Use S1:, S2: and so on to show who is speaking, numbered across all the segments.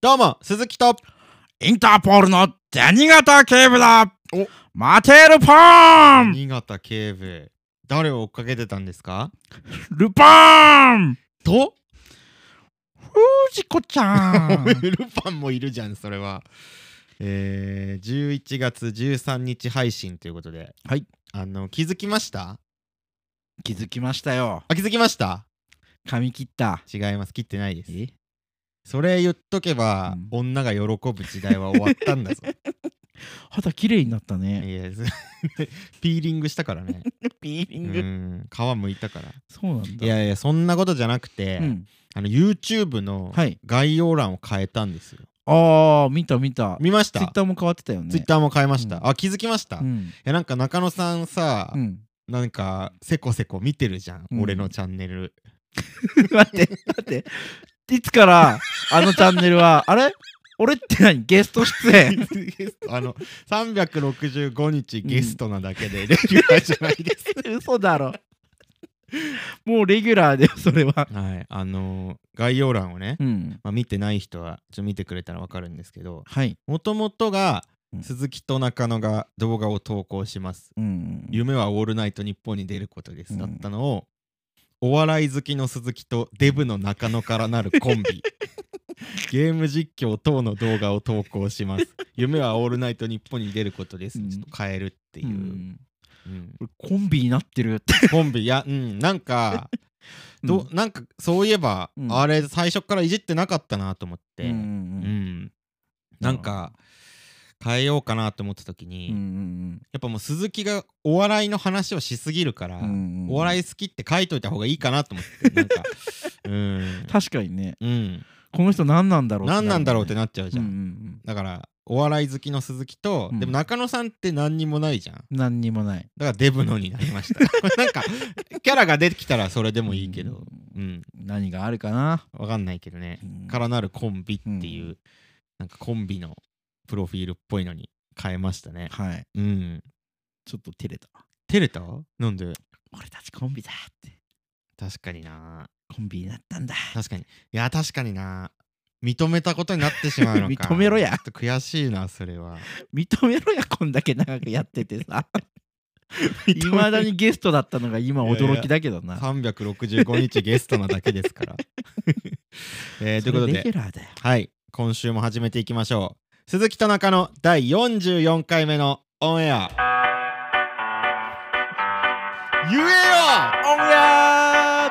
S1: どうも、鈴木と、
S2: インターポールの銭形警部だ
S1: お
S2: マテルパン
S1: 新潟警部、誰を追っかけてたんですか
S2: ルパン
S1: と、
S2: 藤子ちゃん
S1: ルパンもいるじゃん、それは。えー、11月13日配信ということで、
S2: はい。
S1: あの、気づきました
S2: 気づきましたよ。
S1: あ、気づきました
S2: 髪切った。
S1: 違います、切ってないです。それ言っとけば、
S2: う
S1: 女が喜ぶ時代は終わったん だぞ。
S2: 肌綺麗になった
S1: い
S2: ね。
S1: や、そ ピーリングしたからね。
S2: ピーリ
S1: う。ん、皮むいたから。
S2: そうなんだ。
S1: いやいや、そんなことじゃなくて、
S2: うん、
S1: あの YouTube の
S2: はい
S1: 概要欄を変えたんですよ。
S2: ああ、見た見た。
S1: 見ました
S2: ツイッターも変わってたよね。
S1: ツイッターも変えました。
S2: うん
S1: あ、気づきました、
S2: う
S1: い
S2: ん。
S1: や、なんか中野さんさ、
S2: うん、
S1: なんかせこせこ見てるじゃん、
S2: うん
S1: 俺のチャンネル。
S2: 待って、待って。いつからあのチャンネルは、 あれ俺って何ゲスト出演
S1: ゲストあの、365日ゲストなだけでレギュラーじゃないです。
S2: 嘘だろ。 もうレギュラーだよ、それは。
S1: はい、あの概要欄をね、
S2: うん。
S1: まあ、見てない人はちょっと見てくれたらわかるんですけど、
S2: はい。
S1: もともとが、
S2: うん
S1: 鈴木と中野が動画を投稿します。
S2: うん
S1: 夢はオールナイト日本に出ることです、
S2: うん
S1: だったのをお笑い好きの鈴木とデブの中野からなるコン ビゲーム実況等の動画を投稿し ます夢はオールナイト日本に出ることです、
S2: うん
S1: ちょっと変えるっていうう、
S2: ん
S1: うん
S2: これコンビになってるって。
S1: コンビいやうんなんかど、うなんかそういえば、
S2: うん
S1: あれ最初からいじってなかったなと思って、
S2: うんう
S1: うんんなんか変えようかなと思った時に、
S2: うんうん
S1: やっぱもう鈴木がお笑いの話をしすぎるから、
S2: うんうんうん
S1: お笑い好きって書いといた方がいいかなと思ってなん かうん、
S2: 確かにね、
S1: うん、
S2: この人何なんだろう
S1: 何なんだろうって
S2: な
S1: なっちゃうじ
S2: じ
S1: ゃ
S2: ゃ
S1: ん、
S2: んうんうん
S1: だからお笑い好きの鈴木と、
S2: うん
S1: でも中野さんって何にもないじゃんだか
S2: うん。何にもない。
S1: らデブのになりました なんかキャラが出てきたらそれでもいいけど
S2: う
S1: うんん
S2: 何があるかな。
S1: わかんないけどね、
S2: うん
S1: からなるコンビっていう、
S2: うん
S1: なんかコンビのプロフィールっぽいのに変えましたね
S2: はい。
S1: うん
S2: ちょっと照れた。
S1: 照れたなんで
S2: 俺たちコンビだって。
S1: 確かにな
S2: コンビになったんだ。
S1: 確かにいや確かにな認めたことになってしまうのか
S2: 認めろや
S1: ちょっと悔しいなそれ は
S2: 認めろや、こんだけ長くやってて さ。いま だにゲストだったのが今驚きだけどな。
S1: 365日ゲストなだけですから、 えーということ
S2: それレギ
S1: で
S2: ュラーだよ。
S1: はい今週も始めていきましょう鈴木と中野第44回目のオンエア言えよ
S2: オンエア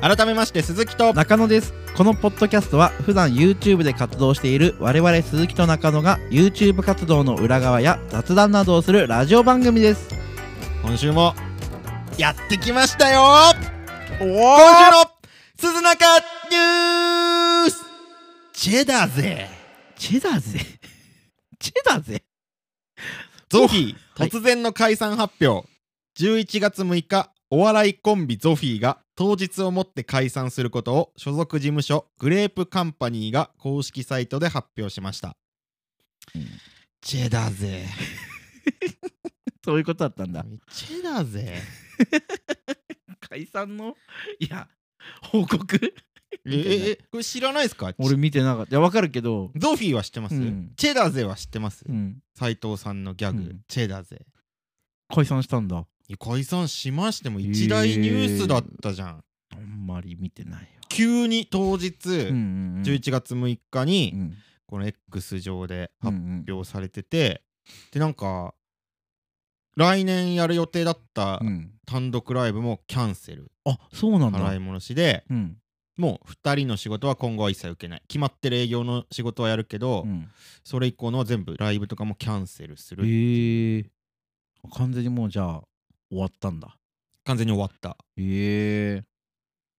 S1: 改めまして鈴木と
S2: 中野ですこのポッドキャストは普段 YouTube で活動している我々鈴木と中野が YouTube 活動の裏側や雑談などをするラジオ番組です
S1: 今週もやってきましたよ今週
S2: お
S1: の鈴中ニュースチェだぜ
S2: チェだぜ チェだぜ
S1: ゾフィー
S2: はい
S1: 突然の解散発表、11月6日お笑いコンビゾフィーが当日をもって解散することを所属事務所グレープカンパニーが公式サイトで発表しました、
S2: うん
S1: チェだぜ
S2: そういうことだったんだ
S1: チェだぜ
S2: 解散のいや報告
S1: え
S2: みたいな
S1: ええこれ知らないですか
S2: 俺見てなかったいやわかるけど
S1: ゾフィーは知ってます、
S2: うん
S1: チェだぜは知ってます
S2: うん
S1: 斉藤さんのギャグ、
S2: うん
S1: チェだぜ
S2: 解散したんだ
S1: いや解散しましても一大ニュースだったじゃん、
S2: あんまり見てないよ
S1: 急に当日、
S2: うん
S1: 11月6日に、
S2: うん
S1: この X 上で
S2: うんう
S1: 発
S2: ん
S1: 表されてて、でなんか来年やる予定だった
S2: うん
S1: 単独ライブもキャンセル、
S2: あそうなん
S1: 払
S2: だ
S1: い戻しで
S2: うん
S1: もう2人の仕事は今後は一切受けない決まってる営業の仕事はやるけど、
S2: うん
S1: それ以降の全部ライブとかもキャンセルす
S2: え
S1: る、
S2: ー、完全にもうじゃあ終わったんだ
S1: 完全に終わった
S2: ええ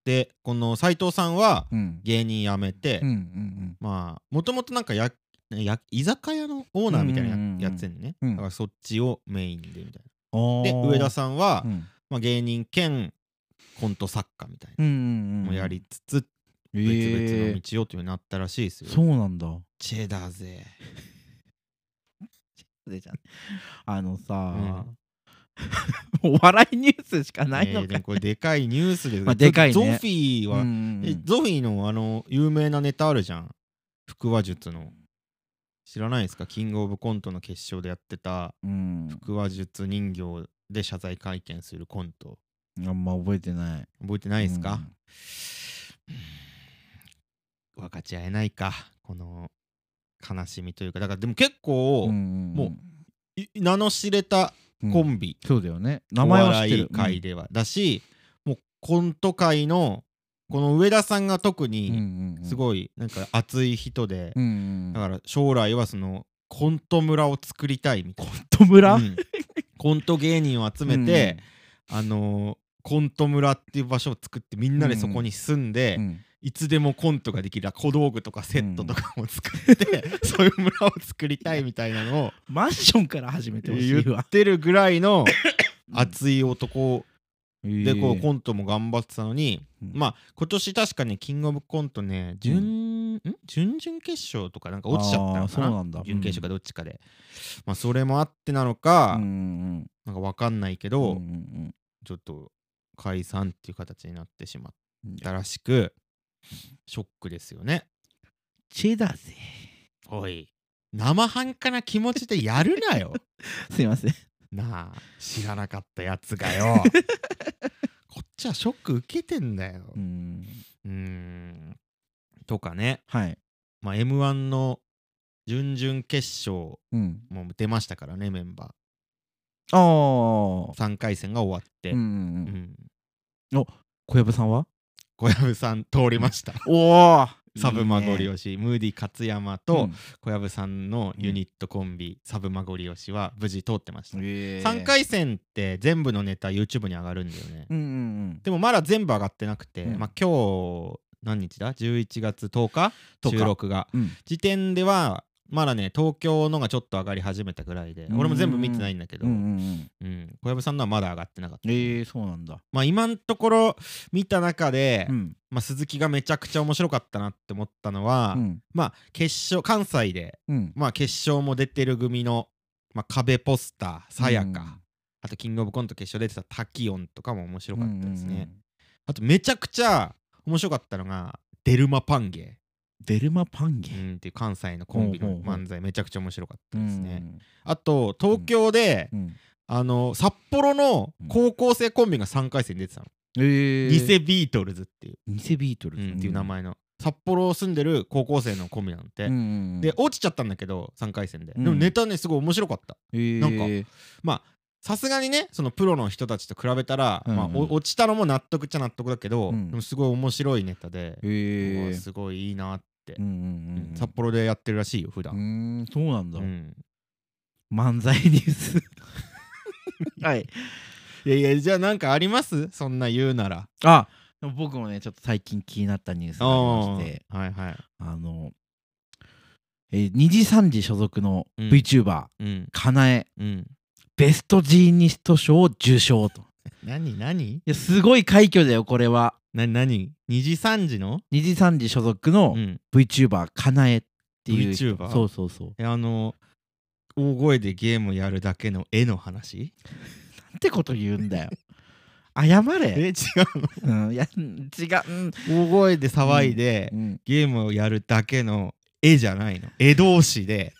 S1: でこの斎藤さんは
S2: うん
S1: 芸人辞めて、
S2: うんうん
S1: まあもともとなんかやや居酒屋のオーナーみたいな
S2: うんうんうんうん
S1: ややってんね、
S2: うん
S1: だからそっちをメインでみたい
S2: う
S1: な
S2: ん
S1: で上田さんは、
S2: うん
S1: まあ、芸人兼コント作家みたい
S2: うんうんうん
S1: なもやりつつ、
S2: え
S1: 別々の
S2: ー、
S1: 道をというふうになったらしいですよ。
S2: そうなんだ。
S1: チェだぜ。
S2: あのさ、
S1: うん
S2: もう笑いニュースしかないの
S1: えー
S2: か
S1: でもこれでかいニュースです、
S2: まあでかいね
S1: ゾフィー
S2: うんう
S1: は、
S2: ん
S1: えゾフィーのあの有名なネタあるじゃん。腹話術の。知らないですかキングオブコントの決勝でやってた
S2: うん
S1: 腹話術人形で謝罪会見するコント。
S2: あんま覚えてない。
S1: 覚えてないですか、うん分かち合えないかこの悲しみというかだからでも結構、も
S2: も
S1: い名の知れた
S2: うん
S1: コンビ、
S2: そうだよね。名
S1: お
S2: 前は知って
S1: 笑い
S2: る。
S1: 界では、だしもうコント界のこの上田さんが特にす
S2: い。
S1: ごいなんか熱い人で、
S2: うんうん
S1: だから将来はそのコント村を作りたいみたいな
S2: トムラ
S1: うんコント芸人を集めて、あのーコント村っていう場所を作ってみんなでそこに住んで、
S2: うんうん
S1: いつでもコントができる小道具とかセットとかも作って、 そういう村を作りたいみたいなのを
S2: マンションから始めてほし
S1: 言
S2: いわ
S1: っ。てるぐらいの
S2: うん
S1: 熱い男でこう
S2: ン
S1: コントも頑張ってたのに、まあ今年確かねキングオブコントね準,、ん、準々決勝とかなんか落ちちゃった
S2: あー
S1: の
S2: そ
S1: か
S2: う
S1: な
S2: なんだ。
S1: 準決勝かどっちかで、まあそれもあってなのか、
S2: うんうん
S1: なんかわかんないけ
S2: うん
S1: ど、
S2: うんうん
S1: ちょっと解散っていう形になってしまっ
S2: うん
S1: たらしくショックですよね。
S2: チェだぜ。
S1: おい生半可な気持ちでやるな よ
S2: すいません。
S1: なあ知らなかったやつがよ こっちはショック受けてんだよ
S2: うん
S1: うーんとかね、
S2: はい。
S1: まあ、m 1の準々決勝
S2: うん
S1: も出ましたからねメンバ
S2: ああ
S1: ー。3回戦が終わって、
S2: うんうん
S1: う
S2: う
S1: んん
S2: 小籔さんは
S1: 小籔さん通りました
S2: おお
S1: サブマゴリ
S2: を
S1: 押しムーディ勝山と小籔さんのユニットコンビ、サブマゴリ押しは無事通ってました、3
S2: 3
S1: 回戦って全部のネタ YouTube に上がるんだよね、
S2: うんうん
S1: でもまだ全部上がってなくて、
S2: うん
S1: まあ今日何日だ11月10日
S2: 10日
S1: 収録が
S2: うん
S1: 時点ではまだね東京のがちょっと上がり始めたぐらいで
S2: うん
S1: 俺も全部見てないんだけど、
S2: う
S1: うん
S2: うんんうん
S1: 小籔さんのはまだ上がってなかった、
S2: ええそうなんだ
S1: まあ今のところ見た中で、
S2: うん
S1: まあ、鈴木がめちゃくちゃ面白かったなって思ったのは、
S2: うん
S1: まあ決勝関西で、
S2: うん
S1: まあ、決勝も出てる組の、まあ、壁ポスターさやか、あとキングオブコント決勝出てたタキオンとかも面白かったですね、
S2: うんうんうん
S1: あとめちゃくちゃ面白かったのがデルマパンゲ、
S2: デルマパンゲ
S1: うん、っていう関西のコンビ
S2: ほう
S1: の
S2: ほうほう
S1: 漫才めちゃくちゃ面白かった
S2: うん
S1: ですね、あと東京で、
S2: うん
S1: あの札幌の高校生コンビが3回戦に出てたの、
S2: ええ
S1: 偽ビートルズっていう、
S2: 偽ビートル
S1: う
S2: ズ
S1: んっていう名前の札幌住んでる高校生のコンビなんて、
S2: うんうんうん
S1: で落ちちゃったんだけど3回戦で、
S2: うん
S1: でもネタねすごい面白かった
S2: ええ
S1: なんかまあさすがにねそのプロの人たちと比べたら、
S2: うんうん
S1: まあ、お落ちたのも納得っちゃ納得だけど、
S2: うん
S1: でもすごい面白いネタで、う
S2: え
S1: わ
S2: え
S1: すごいいいなって、
S2: うんうんうんうん
S1: 札幌でやってるらしいよ普
S2: う
S1: 段、
S2: ーんそうなんだ
S1: うん
S2: 漫才ニュ ースはい
S1: いやいやじゃあなんかありますそんな言うなら
S2: あでも僕もねちょっと最近気になったニュースがありまして
S1: あーはいはい
S2: あのえー二次三次所属の
S1: うん
S2: VTuber
S1: うん
S2: かなえ
S1: うん
S2: ベストジーニスト賞を受賞とい
S1: 何何
S2: やすごい快挙だよこれは
S1: 何何2時3時の
S2: 二次三次所属の
S1: うん、
S2: VTuber かなえっていう人
S1: VTuber
S2: そうそうそう
S1: えあの大声でゲームやるだけの絵の話
S2: なんてこと言うん だよ謝れ、
S1: え違う
S2: うん、いやうん違う、うん
S1: の大声で騒いで、
S2: うん
S1: ゲームをやるだけの絵じゃないの絵同士 で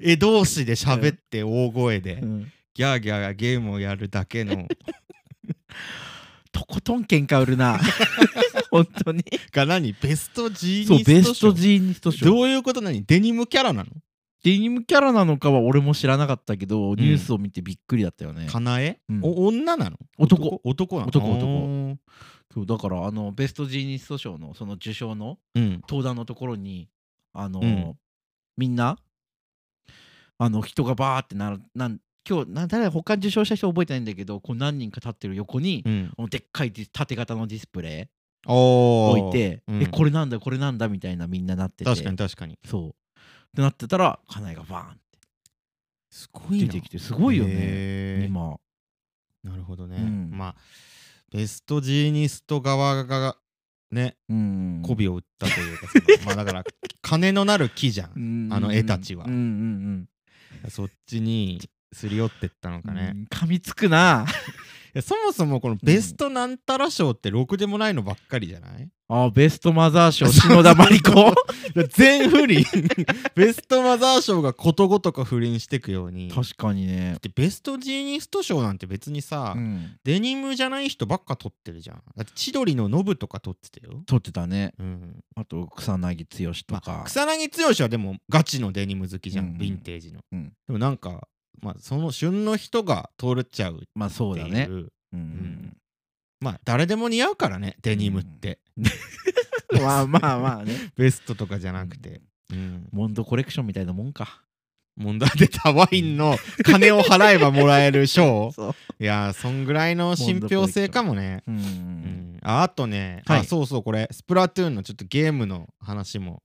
S1: 絵同士で喋って大声で、
S2: うん
S1: ギャーギャーがゲームをやるだけの
S2: とことん喧嘩売る な本当に
S1: が何ベストジー
S2: そ
S1: ニ
S2: うベス
S1: ス
S2: ト
S1: ト賞
S2: ジーニスト賞
S1: どういうこと何デニムキャラなの
S2: デニムキャラなのかは俺も知らなかったけど、ニュースを見てびっくりだったよね
S1: かなえ、
S2: うん
S1: お女なの
S2: 男
S1: 男なの
S2: 男男
S1: おー
S2: そうだからあのベストジーニスト賞のその受賞の
S1: うん
S2: 登壇のところにあの、
S1: うん
S2: みんなあの人がバーってなるなん今日な誰だ他受賞した人覚えてないんだけどこう何人か立ってる横に、
S1: うん
S2: あのでっかいディス縦型のディスプレイ
S1: おー
S2: 置いて、
S1: うん
S2: えこれなんだこれなんだみたいなみんななってて
S1: 確かに確かに
S2: そうってなってたら家内がバーンっ
S1: すご
S2: て
S1: い
S2: 出
S1: な
S2: てきてすごいよね
S1: へー
S2: 今
S1: なるほどね、
S2: うん
S1: まあベストジーニスト側がね
S2: うん
S1: 媚びを売ったというかその まあだから金のなる木じゃんあの絵たちは
S2: うんうんうん
S1: そっちにすり寄ってったの
S2: う
S1: か
S2: ん
S1: ね、い
S2: 噛みつくな
S1: やそもそもこのベストなんたら賞ってろくでもないのばっかりじゃない
S2: あベストマザー賞篠田真理 子
S1: だから全不倫 ベストマザー賞がことごとく不倫してくように
S2: 確かにね
S1: でベストジーニスト賞なんて別にさ、
S2: うん
S1: デニムじゃない人ばっか撮ってるじゃんだって千鳥のノブとか撮ってたよ、
S2: 撮ってたね
S1: うん
S2: あと草薙剛と
S1: ま
S2: か
S1: あ、草薙剛はでもガチのデニム好きじゃん、
S2: うんうん
S1: ヴィンテージの、
S2: うん
S1: でもなんか、まあ、その旬の人が撮れちゃうっていう
S2: まあそうだねうん
S1: まあ誰でも似合うからねデニムって、
S2: まあまあまあね
S1: ベストとかじゃなくて、うん
S2: モンドコレクションみたいなもんか
S1: 問題でたワインの金を払えばもらえる賞
S2: そう
S1: いやーそんぐらいの信憑性かもね
S2: うんうんう
S1: うんん、ああとね、
S2: はい
S1: あそうそうこれスプラトゥーンのちょっとゲームの話も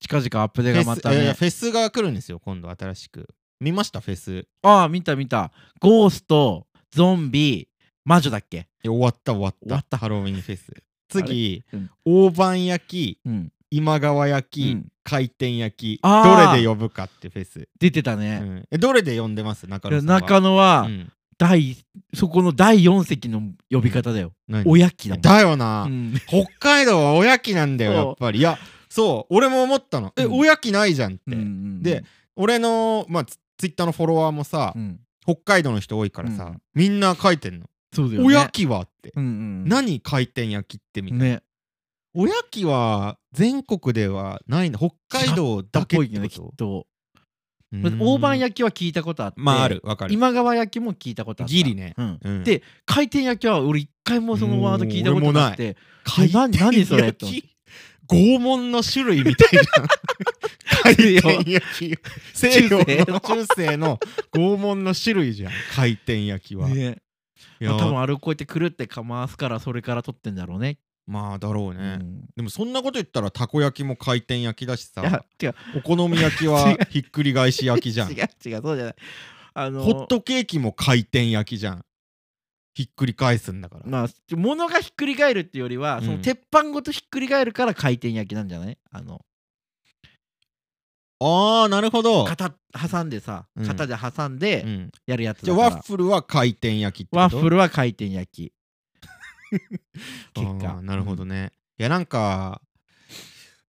S2: 近々アップデ
S1: フ
S2: ー
S1: ェ
S2: ト
S1: ス,、
S2: がまた
S1: えー
S2: ね
S1: フェスが来るんですよ今度新しく見ましたフェスい
S2: ああ見た見たゴーストゾンビ魔女だっけ
S1: や終わった終わった
S2: 終わった
S1: ハロウィンフェス次、
S2: うん
S1: 大判焼き
S2: うん
S1: 今川焼き、
S2: うん
S1: 回転焼き
S2: あー
S1: どれで呼ぶかってフェス、
S2: 出てた
S1: う
S2: ね
S1: んえどれで呼んでます中野さんは
S2: 中野は
S1: うん
S2: 第そこの第4席の呼び方だよ
S1: 何
S2: おやきだもん
S1: だよな、
S2: うん
S1: 北海道はおやきなんだよ
S2: そう
S1: やっぱりいやそう俺も思ったの、え
S2: うん
S1: おやきないじゃんって、
S2: うんうん
S1: で俺のまあツツイッターのフォロワーもさ、
S2: うん
S1: 北海道の人多いからさ、
S2: うん
S1: みんな書いてんの、
S2: そうだよね
S1: おやきはって、
S2: うんうん
S1: 何回転焼きってみたいな、
S2: ね
S1: おやきは全国ではないんだ北海道だけ
S2: ぽ
S1: っ
S2: い
S1: て
S2: よね
S1: こ
S2: きっ
S1: と
S2: と
S1: うん
S2: 大判焼きは聞いたことあって
S1: まああるわかる
S2: 今川焼きも聞いたことあった
S1: ギリね
S2: うん
S1: うん
S2: で回転焼きは俺一回もそのワード聞いたことなくて
S1: 回転焼き
S2: な何そ れと思っ
S1: 拷問の種類みたいな回転焼き西洋の中世の拷問の種類じゃん回転焼きは、
S2: ね
S1: いや
S2: まあ多分あれをこうやってくるってか回すからそれから取ってんだろうね
S1: まあだろう
S2: う
S1: ね、
S2: ん
S1: でもそんなこと言ったらたこ焼きも回転焼きだし
S2: い
S1: さ
S2: や違う
S1: お好み焼き はひっくり返し焼きじゃん
S2: 違う違うそうじゃないあの
S1: ホットケーキも回転焼きじゃんひっくり返すんだから、
S2: まあ物がひっくり返るっていうよりは、
S1: うん
S2: その鉄板ごとひっくり返るから回転焼きなんじゃないあの
S1: あーなるほど、
S2: 型挟んでさ
S1: うん
S2: 型で挟ん
S1: う
S2: で
S1: ん
S2: やるやつ
S1: じゃ
S2: だ
S1: あ
S2: から、
S1: ワッフルは回転焼きってこと
S2: ワッフルは回転焼き 結
S1: あー
S2: 果
S1: なるほどね、いやなんか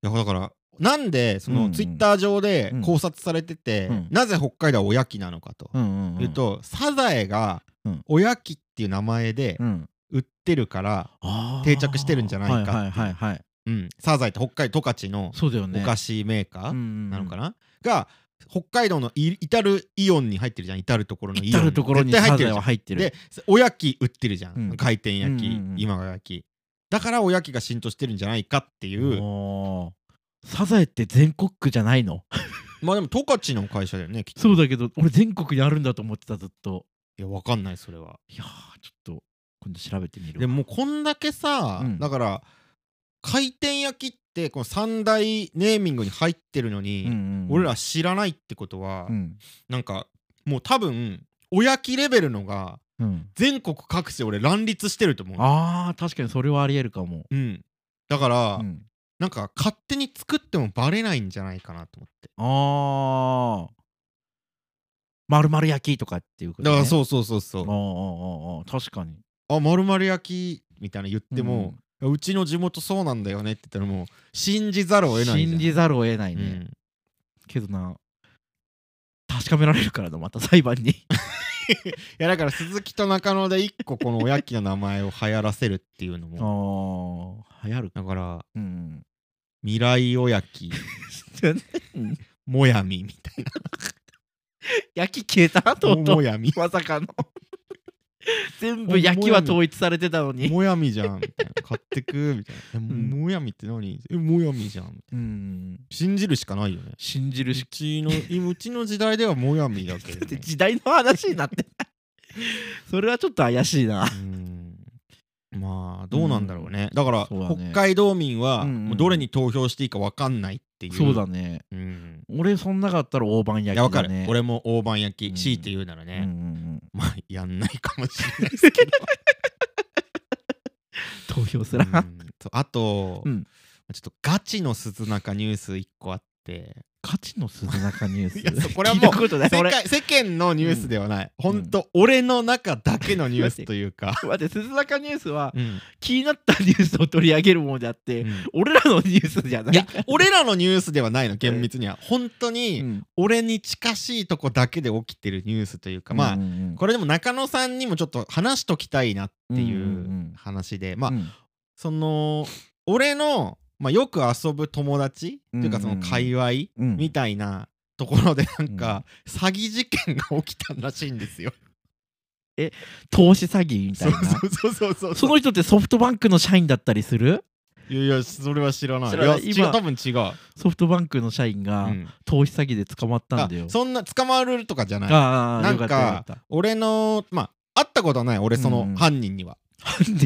S1: いやだからなんでそ
S2: うんう
S1: の
S2: ん
S1: ツイッター上で
S2: うん
S1: 考察されてて、
S2: うん
S1: なぜ北海道はおやきなのかと
S2: うんうんうん
S1: いうと、サザエが
S2: うん
S1: おやきっていう名前で
S2: うん
S1: 売ってるから、
S2: あー
S1: 定着してるんじゃないかっていう
S2: はいはいはいはい
S1: うんサザエって北海道十勝の
S2: そうだよね
S1: お菓子メーカーな
S2: な
S1: のかな、が北海道のい至るイオンに入ってるじゃん至るところのイオン
S2: 至るところに
S1: 絶対入
S2: サ
S1: って
S2: ザエ
S1: るじゃ
S2: は
S1: ん
S2: 入ってる
S1: でおやき売ってるじゃん、
S2: うん
S1: 回転焼き、
S2: うんうんうん
S1: 今が焼きだからおやきが浸透してるんじゃないかっていう
S2: おーサザエって全国区じゃないの
S1: まあでも十勝の会社だよねきっと
S2: そうだけど俺全国にあるんだと思ってたずっと
S1: いやわかんないそれはい
S2: やーちょっと今度調べてみるわ
S1: でももうこんだけさ、
S2: うん
S1: だから回転焼きってこの三大ネーミングに入ってるの
S2: うんう
S1: に、
S2: んうん
S1: 俺ら知らないってことは、
S2: うん
S1: なんかもう多分おやきレベルのが
S2: うん
S1: 全国各地で俺乱立してると思う
S2: あー確かにそれはありえるかも
S1: うんだから、
S2: うん
S1: なんか勝手に作ってもバレないんじゃないかなと思って
S2: あーまるまる焼きとかっていうこと
S1: だから
S2: う
S1: そうそうそうそ
S2: あー
S1: う
S2: あーあーあー確かに
S1: あまるまる焼きみたいな言っても、うちの地元そうなんだよねって言ったらもう信じざるを
S2: うん
S1: 得ないじゃん
S2: 信じざるを得ないね、
S1: うん
S2: けどな確かめられるからなまた裁判に
S1: いやだから鈴木と中野で一個このおやきの名前を流行らせるっていうの
S2: あ
S1: も
S2: ー流行る
S1: だから
S2: うん
S1: 未来おやきもやみみたい
S2: 焼き消 えたと
S1: な
S2: う
S1: も
S2: と
S1: も
S2: う
S1: やみ
S2: まさかの 全部焼きは統一されてたのに
S1: もやみじゃんみたいな買ってくみたいなえ
S2: ん
S1: もやみって何えもやみじゃんみたいな
S2: うん
S1: 信じるしかないよね
S2: 信じる
S1: う
S2: し
S1: ちの今うちの時代ではもやみだけど、
S2: だって
S1: ね、
S2: 時代の話になってない それはちょっと怪しいな
S1: うんまあどうなんだろうね、だから
S2: そうだね
S1: 北海道民は
S2: うんうん
S1: もうどれに投票していいか分かんないっていう
S2: そうだね
S1: うん
S2: 俺そんなかったら大判
S1: い
S2: 焼
S1: や分
S2: き
S1: か
S2: だ
S1: る、
S2: ね
S1: 俺も大判焼き、
S2: うん
S1: 強いて言うなら
S2: うんう
S1: ね、
S2: ん
S1: まあ やんないかもしれないですけど
S2: うん、投票す
S1: う
S2: ら、
S1: んそうあと、
S2: うん
S1: ちょっとガチの鈴中ニュース1個あ って
S2: 価値の鈴中ニュース。
S1: いやそうこれはもう
S2: 聞いたことない。
S1: 世
S2: 俺
S1: 界世間のニュースではない、ほんと俺の中だけのニュースというか、
S2: 待って、鈴中ニュースは
S1: うん
S2: 気になったニュースを取り上げるものであって、
S1: うん
S2: 俺らのニュースじゃない
S1: いや俺らのニュースではないの厳密には本当
S2: う
S1: に
S2: ん
S1: 俺に近しいとこだけで起きてるニュースというか、まあ
S2: うんうんうん
S1: これでも中野さんにもちょっと話しときたいなってい
S2: んん
S1: ううん話で、まあ、
S2: うん
S1: その俺の、まあ、よく遊ぶ友達というかその界隈
S2: うん
S1: みたいなところでなんか詐欺事件が起きたらしいんですよ。
S2: 投資詐欺みた
S1: そ
S2: いうな
S1: そうそうそう
S2: そ
S1: そう。
S2: の人ってソフトバンクの社員だったりする
S1: いやいやそれは知らない。
S2: 知
S1: い
S2: らな
S1: や
S2: い
S1: 違
S2: 今
S1: う多分違う。
S2: ソフトバンクの社員
S1: う
S2: が
S1: ん
S2: 投資詐欺で捕まったんだよ
S1: あ。そんな捕まるとかじゃない。
S2: ああ、
S1: なん
S2: よ
S1: か
S2: かったよかった。
S1: 俺のまあ会ったことはない俺そ
S2: うん
S1: の犯人には。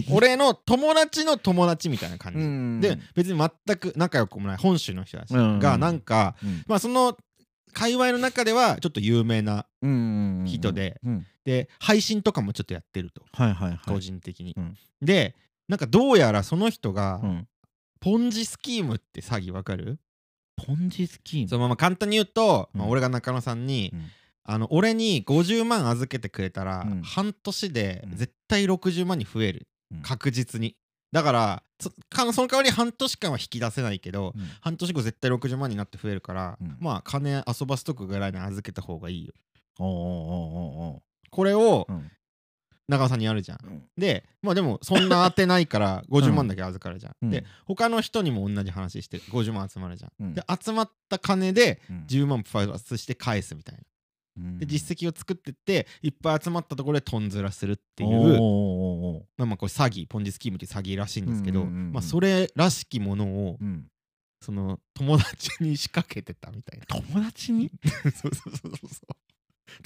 S1: 俺の友達の友達みたいな感じ。
S2: 俺
S1: で、別に全く仲良くもない本州の人たち
S2: うん
S1: がなんか、
S2: うん
S1: まあ、その界隈の中ではちょっと有名な
S2: うんうんうん
S1: 人で、
S2: うん
S1: で配信とかもちょっとやってると
S2: はいはいはい。
S1: 個人的に、
S2: うん
S1: でなんかどうやらその人が、
S2: うん
S1: ポンジスキームって詐欺わかる
S2: ポンジスキーム。
S1: そのまま簡単に言うと、
S2: うん
S1: まあ、俺が中野さんに、
S2: うん
S1: あの俺に50万預けてくれたら、
S2: うん
S1: 半年で
S2: うん
S1: 絶対60万に増える、
S2: うん
S1: 確実にだからそかその代わり半年間は引き出せないけど、
S2: うん
S1: 半年後絶対60万になって増えるから、
S2: うん
S1: まあ金遊ばすとくぐらいに預けた方がいいよ
S2: おお
S1: これを
S2: おうおうおうおううん
S1: 長尾さんにやるじゃん、
S2: うん
S1: でまあでもそんな当てないから 50万だけ預かるじゃん、
S2: うん
S1: で他の人にも同じ話して50万集まるじゃん、
S2: うん
S1: で集まった金で
S2: うん
S1: 10万プラスして返すみたいな
S2: うん
S1: で実績を作ってっていっぱい集まったところでトンズラするってい
S2: おうおう
S1: う
S2: おうおう
S1: まあまあこれ詐欺ポンジスキームっていう詐欺らしいんですけど、
S2: うんうんうんうん
S1: まあ、それらしきものを
S2: うん
S1: その友達に仕掛けてたみたいな
S2: 友達に
S1: そうそうそうそうそう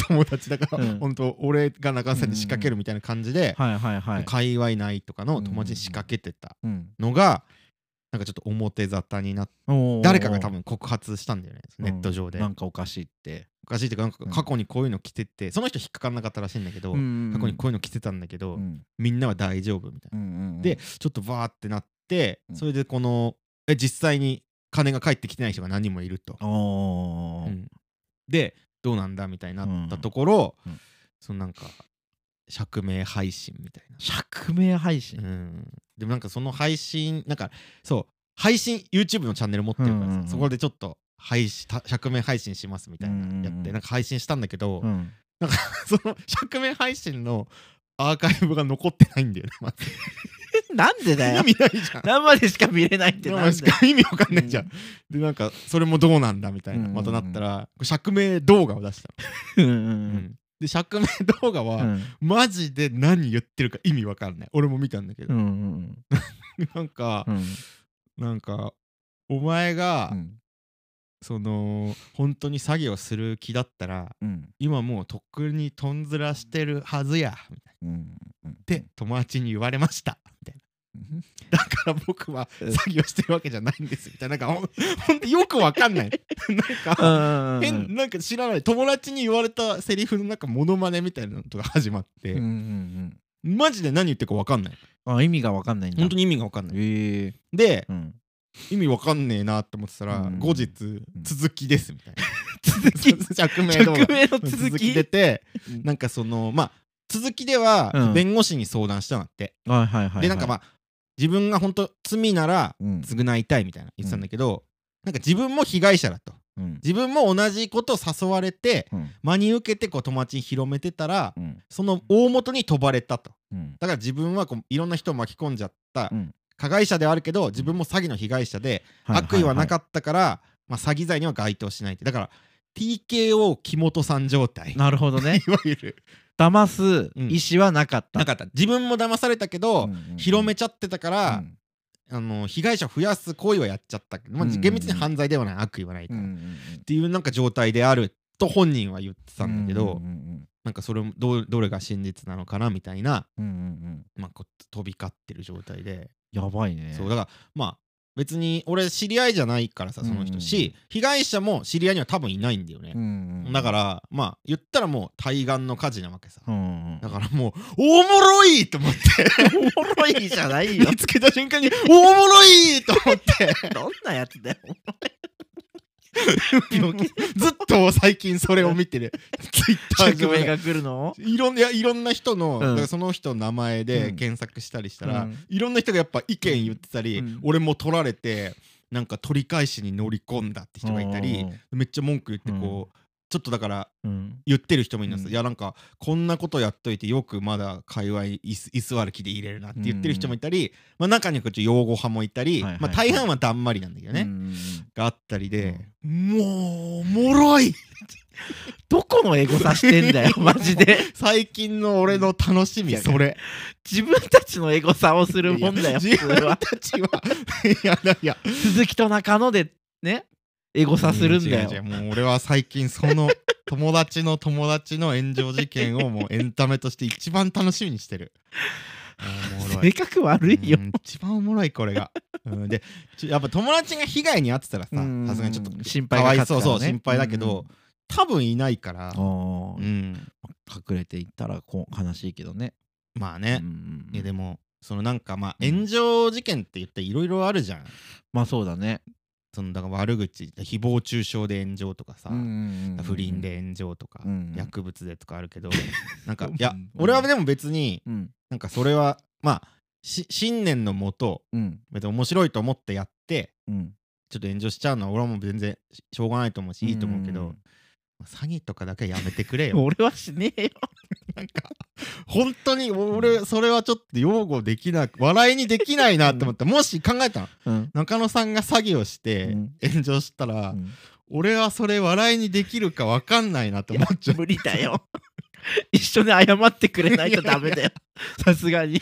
S1: 友達だから、
S2: うん
S1: 本当俺が中さんに仕掛けるみたいな感じで、
S2: はいはいはい。
S1: 界隈内とかの友達に仕掛けてた
S2: うん
S1: のが、なんかちょっと表沙汰になって
S2: おうおうおう
S1: 誰かが多分告発したんだよね
S2: うん
S1: ネット上で、
S2: なんかおかしいって。
S1: おかしいっていうかなんか
S2: うん
S1: 過去にこういうの来ててその人引っかかんなかったらしいんだけど、過
S2: 過
S1: 去にこういうの来てたんだけど、
S2: うん
S1: みんなは大丈夫みたいな、
S2: うんうんうん
S1: でちょっとバーってなって、
S2: うん
S1: それでこのえ実際に金が返ってきてない人が何人もいると、
S2: おうおうおう
S1: うんでどうなんだみたいになったところ、
S2: うんうん
S1: そのなんか釈明配信みたい
S2: 釈明配信
S1: な、うん、でもなんかその配信なんかそう配信 YouTube のチャンネル持ってるからさ、
S2: うんうんうん
S1: そこでちょっと配信た釈明配信しますみたいなやって、
S2: うんうんうん
S1: なんか配信したんだけど、
S2: うん
S1: その釈明配信のアーカイブが残ってないんだよね、まず
S2: なんでだ
S1: 意
S2: よ
S1: 味ないじゃん
S2: 生でしか見れないってなん
S1: 生し
S2: で
S1: か意味わかんないじゃん、でなんかそれもどうなんだみたいな、
S2: うんうんう
S1: ま
S2: ん
S1: たなったら釈明動画を出した
S2: うんう
S1: の、
S2: ん
S1: で釈明動画は、
S2: うんうん
S1: マジで何言ってるか意味わかんない俺も見たんだけ
S2: う
S1: ど、
S2: んうん
S1: なんか
S2: う、ん
S1: なんかお前が、
S2: うん
S1: その本当に詐欺をする気だったら
S2: うん
S1: 今もうとっくにとんずらしてるはずやみたいな
S2: うんうん
S1: って友達に言われましたみたいな
S2: うん
S1: だから僕は
S2: うん
S1: 詐欺をしてるわけじゃないんですみたいななんかほん ほんとよくわかん ないなん
S2: う
S1: か
S2: んうん
S1: 変なんか知らない友達に言われたセリフのなんかモノマネみたいなのとか始まって、
S2: うんうん
S1: マジで何言ってるかわかんない
S2: うんあ意味がわかんないんだ
S1: 本当に意味がわかんない
S2: へえ
S1: で
S2: うん
S1: 意味わかんねえなって思ってたら、
S2: うん
S1: 後日続きですみたいな
S2: 続 き
S1: 釈明
S2: 釈
S1: 動画
S2: 明の続
S1: 続
S2: き
S1: き出て
S2: うん
S1: なんかそのまあ続きでは
S2: うん
S1: 弁護士に相談したのって、
S2: はいはいはい
S1: でなんかまあ自分が本当罪なら
S2: うん
S1: 償いたいみたいな言ってたんだけど、なんか自分も被害者だと
S2: うん
S1: 自分も同じことを誘われて
S2: うん
S1: 真に受けてこう友達に広めてたら
S2: うん
S1: その大元に飛ばれたと
S2: うん
S1: だから自分はこういろんな人を巻き込んじゃった、
S2: うん
S1: 加害者ではあるけど自分も詐欺の被害者で、悪意はなかったから、まあ、詐欺罪には該当しないってだから TKO 木本さん状態い
S2: なるほどね
S1: わゆる
S2: 騙す
S1: うん
S2: 意思はなかった
S1: なかった自分も騙されたけど、広めちゃってたから、あの被害者増やす行為はやっちゃったけど、まあ、
S2: うんうんうん
S1: 厳密に犯罪ではない悪意はないか
S2: うん
S1: ら、
S2: う
S1: っ
S2: ん
S1: ていうなんか状態であると本人は言ってたんだけど、
S2: うんうん
S1: なんかそれもどうどれが真実なのかなみたいな、
S2: うんうんうんうん
S1: まあ、こう飛び交ってる状態で、
S2: やばいね、
S1: そうだからまあ別に俺知り合いじゃないからさその人し、被害者も知り合いには多分いないんだよね、だかららまあ言ったらもう対岸の火事なわけさ、
S2: うんうん、
S1: だからもうおもろいと思って
S2: おもろいじゃないよ
S1: 見。つけた瞬間におもろいと思って
S2: どんなや つだよ。
S1: 病気ずっと最近それを見てるツイッター
S2: 革
S1: 上
S2: 命
S1: で
S2: が来るの
S1: いろんないろんな人の、
S2: ん
S1: だからその人の名前で
S2: うん
S1: 検索したりしたら、
S2: うん
S1: いろんな人がやっぱ意見言ってたり、
S2: うん
S1: 俺も取られてなんか取り返しに乗り込んだって人がいたり、、めっちゃ文句言ってこう、ちょっとだから
S2: うん、
S1: 言ってる人もいるんです、
S2: うん
S1: いやなんかこんなことやっといてよくまだ界隈居す居座る気で入れるなって言ってる人もいたり、まあ、中にはこっち擁護派もいたり、
S2: はいはいはい
S1: まあ、大半はだんまりなんだけどね、
S2: うん。
S1: があったりで、もうおもろい
S2: どこのエゴさして んだよ、マジで。
S1: 最近の俺の楽しみ
S2: うん
S1: それ
S2: 自分たちのエゴさをするもん
S1: い
S2: だ
S1: や
S2: よ、
S1: 自
S2: それ
S1: 分
S2: は。
S1: たちは いやいや
S2: 鈴木と中野で、ね、エゴさするんだよ
S1: 違う違。うもう俺は最近その友達の友達の炎上事件をもうエンタメとして一番楽しみにして る。おもろい
S2: 性格悪いよ
S1: う。ん一番おもろいこれ が。うん、でちょやっぱ友達が被害に遭ってたらさ
S2: うん
S1: さすがにちょっと
S2: 心
S1: か
S2: 配が
S1: わい
S2: 勝つ
S1: そうそう
S2: からね
S1: 心配だけど、多分いないから
S2: うん、お
S1: う
S2: ー
S1: ん、
S2: 隠れていったらこう悲しいけどね。
S1: まあね、
S2: うん
S1: いやでもそのなんかまあ
S2: うん
S1: 炎上事件って言っていろいろあるじゃん。
S2: まあそうだね。
S1: そのだから悪口誹謗中傷で炎上とかさ、不
S2: 不
S1: 倫、で炎上とか、
S2: うん
S1: 薬物でとかある けどなんか
S2: う
S1: い
S2: ん
S1: や
S2: うん
S1: 俺はでも別に
S2: うん
S1: なんかそれはまあし信念のもと
S2: うん
S1: 別に面白いと思ってやって
S2: うん、
S1: ちょっと炎上しちゃうのは俺はもう全然ししょうがないと思うしいいと思うけど、
S2: ん
S1: まあ詐欺とかだけはやめてくれよ
S2: 俺はしねえよ。
S1: なんか本当に俺それはちょっと擁護できなく笑いにできないなって思ったもし考えたの
S2: うん
S1: 中野さんが詐欺をして
S2: うん
S1: 炎上したら、俺はそれ笑いにできるか分かんないなって
S2: い
S1: 思
S2: や
S1: っちゃう
S2: 無理だよ。 一緒に謝ってくれないとダメだよ。さすがに。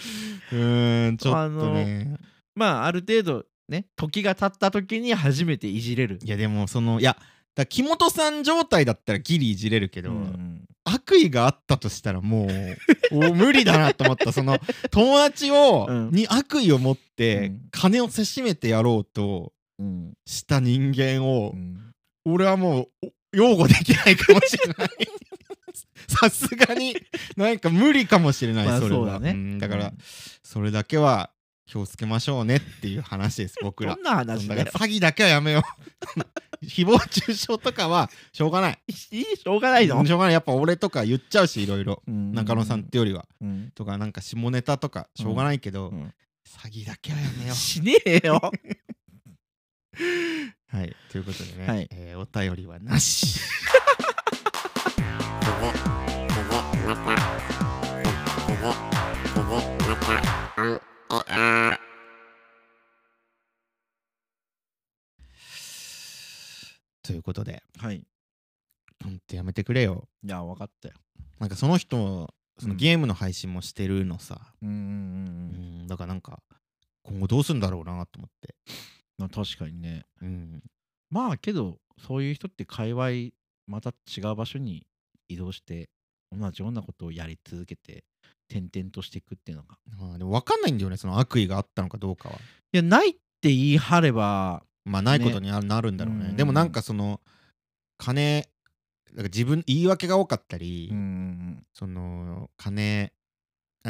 S1: うーんちょっとね
S2: まあある程度ね時が経った時に初めていじれる。
S1: いやでもそのいやだから木本さん状態だったらギリいじれるけど、
S2: うん
S1: 悪意があったとしたらもう お無理だなと思ったその友達を、
S2: うん
S1: に悪意を持っ
S2: う
S1: て
S2: ん
S1: 金をせしめてやろうと
S2: うん
S1: した人間を
S2: う、ん
S1: 俺はもうお擁護できないかもしれ ないさすがになんか無理かもしれない、
S2: まあ
S1: それは
S2: そうだね
S1: んだから、
S2: うん
S1: それだけは気をつけましょうねっていう話です僕ら
S2: どんな話
S1: だ
S2: だ
S1: か
S2: よ
S1: ら。詐欺だけはやめよう 誹謗中傷とかはしょうがない
S2: いいしょうがないの。
S1: しょうがないやっぱ俺とか言っちゃうしいろいろ中野さんっ。てよりは
S2: うん
S1: とかなんか下ネタとかしょうがないけど、
S2: うん
S1: 詐欺だけはやめよ
S2: しねえよ。
S1: う はいということでね、
S2: はい
S1: えーお便りはなしということで
S2: はい。い
S1: ほんとやめてくれよ
S2: や分かったよ。
S1: なんかその人その
S2: うん
S1: ゲームの配信もしてるのさ、
S2: うんうんうんうん
S1: うんだからなんか今後どうするんだろうなと思って、
S2: まあ確かにね。
S1: うん、
S2: まあけどそういう人って界隈また違う場所に移動して同じようなことをやり続けて転々としていくっていうのが
S1: まあでも分かんないんだよねその悪意があったのかどうかはい
S2: やないって言い張れば
S1: まあないことにななるんだろうね
S2: うん
S1: でもなんかその金なんか自分言い訳が多かったり、
S2: ん
S1: その金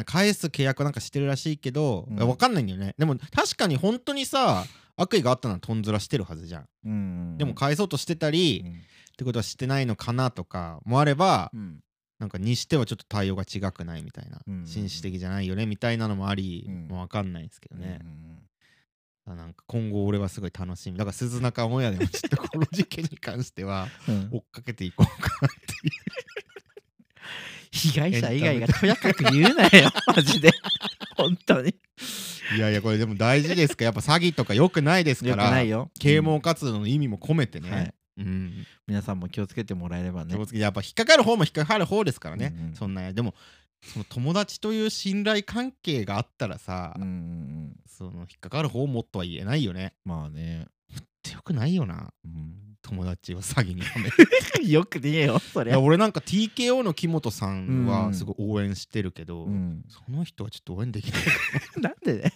S1: 返す契約なんかしてるらしいけど、
S2: うん
S1: 分かんないんだよねでも確かに本当にさ悪意があったのはとんずらしてるはずじゃん
S2: うんうん
S1: でも返そうとしてたり、ってことはしてないのかなとかもあれば、
S2: うん
S1: なんかにしてはちょっと対応が違くないみたいな、
S2: うん
S1: 紳士的じゃないよねみたいなのもあり、
S2: うん
S1: もう分かんないんですけど
S2: うん
S1: ね
S2: う、ん
S1: あなんか今後俺はすごい楽 しみだから鈴中もやでもちょっとこの事件に関しては
S2: うん
S1: 追っかけていこうかなってい
S2: 被害者以外がとやかく言うなよ マジで本当に
S1: ういやいやこれでも大事ですからやっぱ詐欺とか良くないです
S2: よ
S1: か
S2: く
S1: ら
S2: ないよ
S1: 啓蒙活動の意味も込めて
S2: うん
S1: ね、
S2: はい
S1: うん
S2: 皆さんも気をつけてもらえればね
S1: 気をつけてやっぱ引っかかる方も引っかかる方ですからね、
S2: うんうん
S1: そんなでもその友達という信頼関係があったらさ、
S2: うんうんうん
S1: その引っかかる方もとは言えないよね
S2: まあね
S1: 強くないよな
S2: うん
S1: 友達を詐欺にはめる
S2: よ くねえよ、そ
S1: い
S2: れ
S1: や。俺なんか TKO の木本さん
S2: う
S1: は
S2: ん
S1: すごい応援してるけど、
S2: うん、
S1: その人はちょっと応援できない
S2: なんでだよ。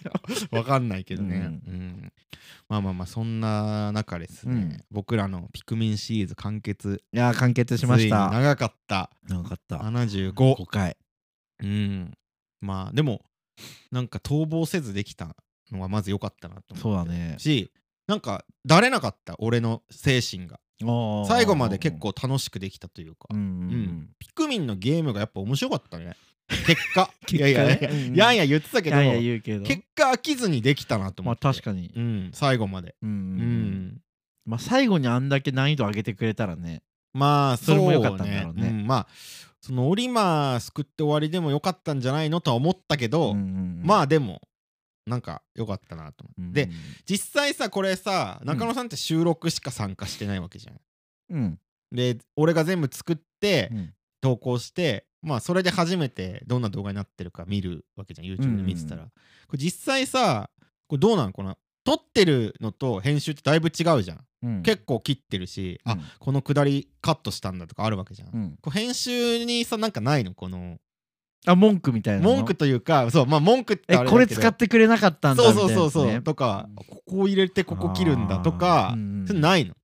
S1: わかんないけどね、
S2: う
S1: うんまあまあまあそんな中ですね、
S2: うん
S1: 僕らのピクミンシリーズ完結
S2: いやー、完結しま
S1: つ
S2: し
S1: いに
S2: た。
S1: 長かった
S2: 長かった。
S1: 75
S2: 5回。
S1: うんまあでもなんか逃亡せずできたのはまず良かったなと
S2: そう
S1: 思
S2: だ
S1: って
S2: ね。
S1: しなんかだれなかった俺の精神が最後まで結。構楽しくできたというか、
S2: うんうんうん。
S1: ピクミンのゲームがやっぱ面白かったね結果
S2: 結
S1: い
S2: 果
S1: や
S2: ね
S1: いやいや
S2: うんうん
S1: やんや言ってた
S2: い
S1: けど
S2: やいや言うけど。
S1: 結果飽きずにできたなと思
S2: ま
S1: っ
S2: あ
S1: て、
S2: 確かに。
S1: うん、最後まで。
S2: うん
S1: う
S2: うんんうん。まあ最後にあんだけ難易度上げてくれたらね。
S1: まあ
S2: それも良かったんだろうね
S1: そんまあその折マ救って終わりでも良かったんじゃないのとは思ったけど、ま
S2: まあ。
S1: あでもなんか良かったなと思って、
S2: う
S1: で、
S2: ん
S1: 実際さこれさ中野さんって収録しか参加してないわけじゃん。
S2: うん。
S1: で俺が全部作って
S2: うん
S1: 投稿して、まあそれで初めてどんな動画になってるか見るわけじゃん YouTube で見てたら。
S2: う
S1: これ実際さこれどうなのこの撮ってるのと編集ってだいぶ違うじゃん。
S2: うん
S1: 結構切ってるし、あ
S2: うん
S1: このくだりカットしたんだとかあるわけじゃん、
S2: うん
S1: こう編集にさなんかないのこの
S2: あ、文句みたいなの。
S1: 文句というかそうまあ文句って
S2: え、
S1: あれ
S2: これ使ってくれなかっ
S1: た
S2: たんだ
S1: そ
S2: み
S1: う
S2: たい
S1: そうそう
S2: なやつ
S1: そう、
S2: ね
S1: とかここを入れてここ切るんだと
S2: あー
S1: か
S2: う、んうん
S1: それないの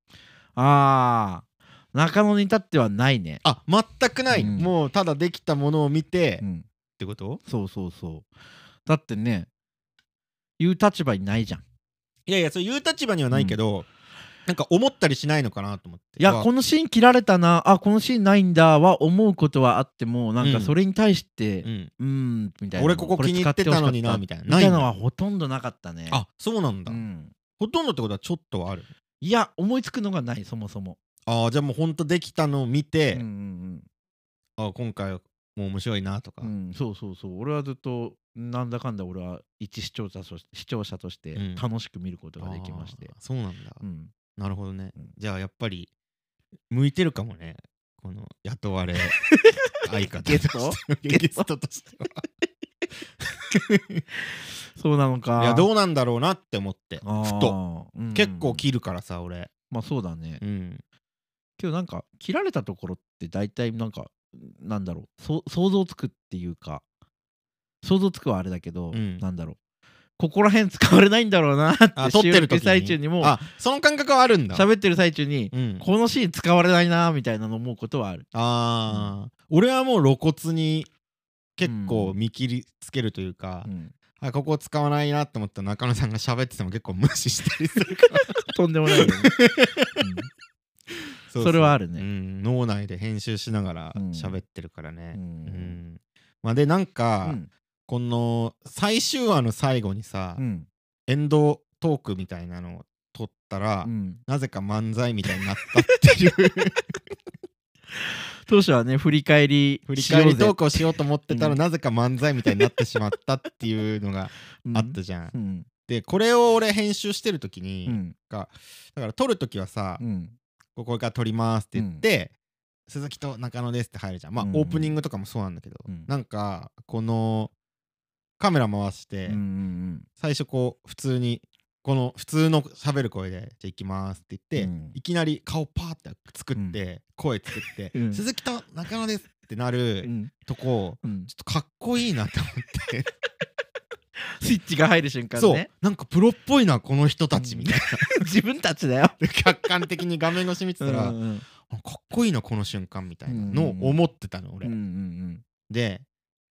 S2: あー中野に至ってはないね。
S1: あ全くない、
S2: うん
S1: もうただできたものを見て、
S2: う
S1: っ
S2: ん
S1: てこと
S2: そうそうそう。だってね、言う立場にないじゃん。
S1: いやいやそういう立場にはないけど、なんか思ったりしないのかなと思って
S2: いや
S1: うわ
S2: このシーン切られたなあこのシーンないんだは思うことはあってもなん
S1: う
S2: か
S1: ん
S2: それに対して
S1: う、
S2: うんーんみたいな
S1: 俺ここ気に入ってたのにな
S2: これ
S1: み
S2: 使
S1: たいな
S2: ってほしかったみたいなの
S1: ない
S2: はほとんどなかったね
S1: あそうなんだ、
S2: うん、
S1: ほとんどってことはちょっとはある
S2: いや思いつくのがないそもそも、
S1: あーじゃあもうほんとできたのを見て、
S2: うんうん
S1: あ今回はもう面白いなとか、
S2: うんうんそうそうそう俺はずっとなんだかんだ俺は一視聴者として視聴者として
S1: うん
S2: 楽しく見ることができまして
S1: あー、そうなんだ、
S2: うん、
S1: なるほどね、
S2: うん
S1: じゃあやっぱり向いてるかもねこの雇わ れ相方と
S2: ゲスト
S1: してゲストとして
S2: そうなのか
S1: はいやどうなんだろうなって思って
S2: あー
S1: ふと、
S2: うんうん
S1: 結構切るからさ俺
S2: まあそうだね、
S1: うん
S2: けどなんか切られたところって大体なんかなんだろうそう想像つくっていうか想像つくはあれだけど、
S1: うん
S2: なんだろうここら辺使われないんだろうなって
S1: あ撮ってる時に
S2: 収録最中にも
S1: あその感覚はあるんだ
S2: 喋ってる最中に、
S1: うん
S2: このシーン使われないなみたいなの思うことはある
S1: あー、俺はもう露骨に結構見切りつけるというか、あここ使わないなって思ったら中野さんが喋ってても結構無視したりするから
S2: とんでもないよね、
S1: うう
S2: それはあるね
S1: うん脳内で編集しながら
S2: うん
S1: 喋ってるからね
S2: う、
S1: うんんまあ、でなん
S2: う
S1: か、
S2: ん
S1: この最終話の最後にさ、
S2: うん
S1: エンドトークみたいなのを撮ったら、
S2: うん
S1: なぜか漫才みたいになったっていう
S2: 当初は ね振り返り
S1: 振り返りトー
S2: ク
S1: クをしようと思ってたら、
S2: うん
S1: なぜか漫才みたいになってしまったっていうのがあったじゃん。
S2: うん
S1: でこれを俺編集してる時に、
S2: うん
S1: がだから撮る時はさ、
S2: うん
S1: ここから撮りますって言って、鈴木と中野ですって入るじゃんまあ、
S2: うんうん
S1: オープニングとかもそうなんだけど、
S2: うん
S1: なんかこのカメラ回して、
S2: うんうん
S1: 最初こう普通にこの普通の喋る声で「じゃあ行きます」って言って、
S2: うん
S1: いきなり顔パーって作って、声作って、
S2: うん
S1: 鈴木と中野です」ってな
S2: う
S1: る
S2: ん
S1: とこ、
S2: うん
S1: ちょっとかっこいいなと 思って
S2: スイッチが入る瞬間
S1: そう
S2: ね
S1: なんかプロっぽいなこの人たちみたいな、
S2: 自分たちだよ
S1: 客観的に画面越し見てたら、
S2: うんうん
S1: かっこいいなこの瞬間みたいなのを思ってたの俺。
S2: うんうん
S1: で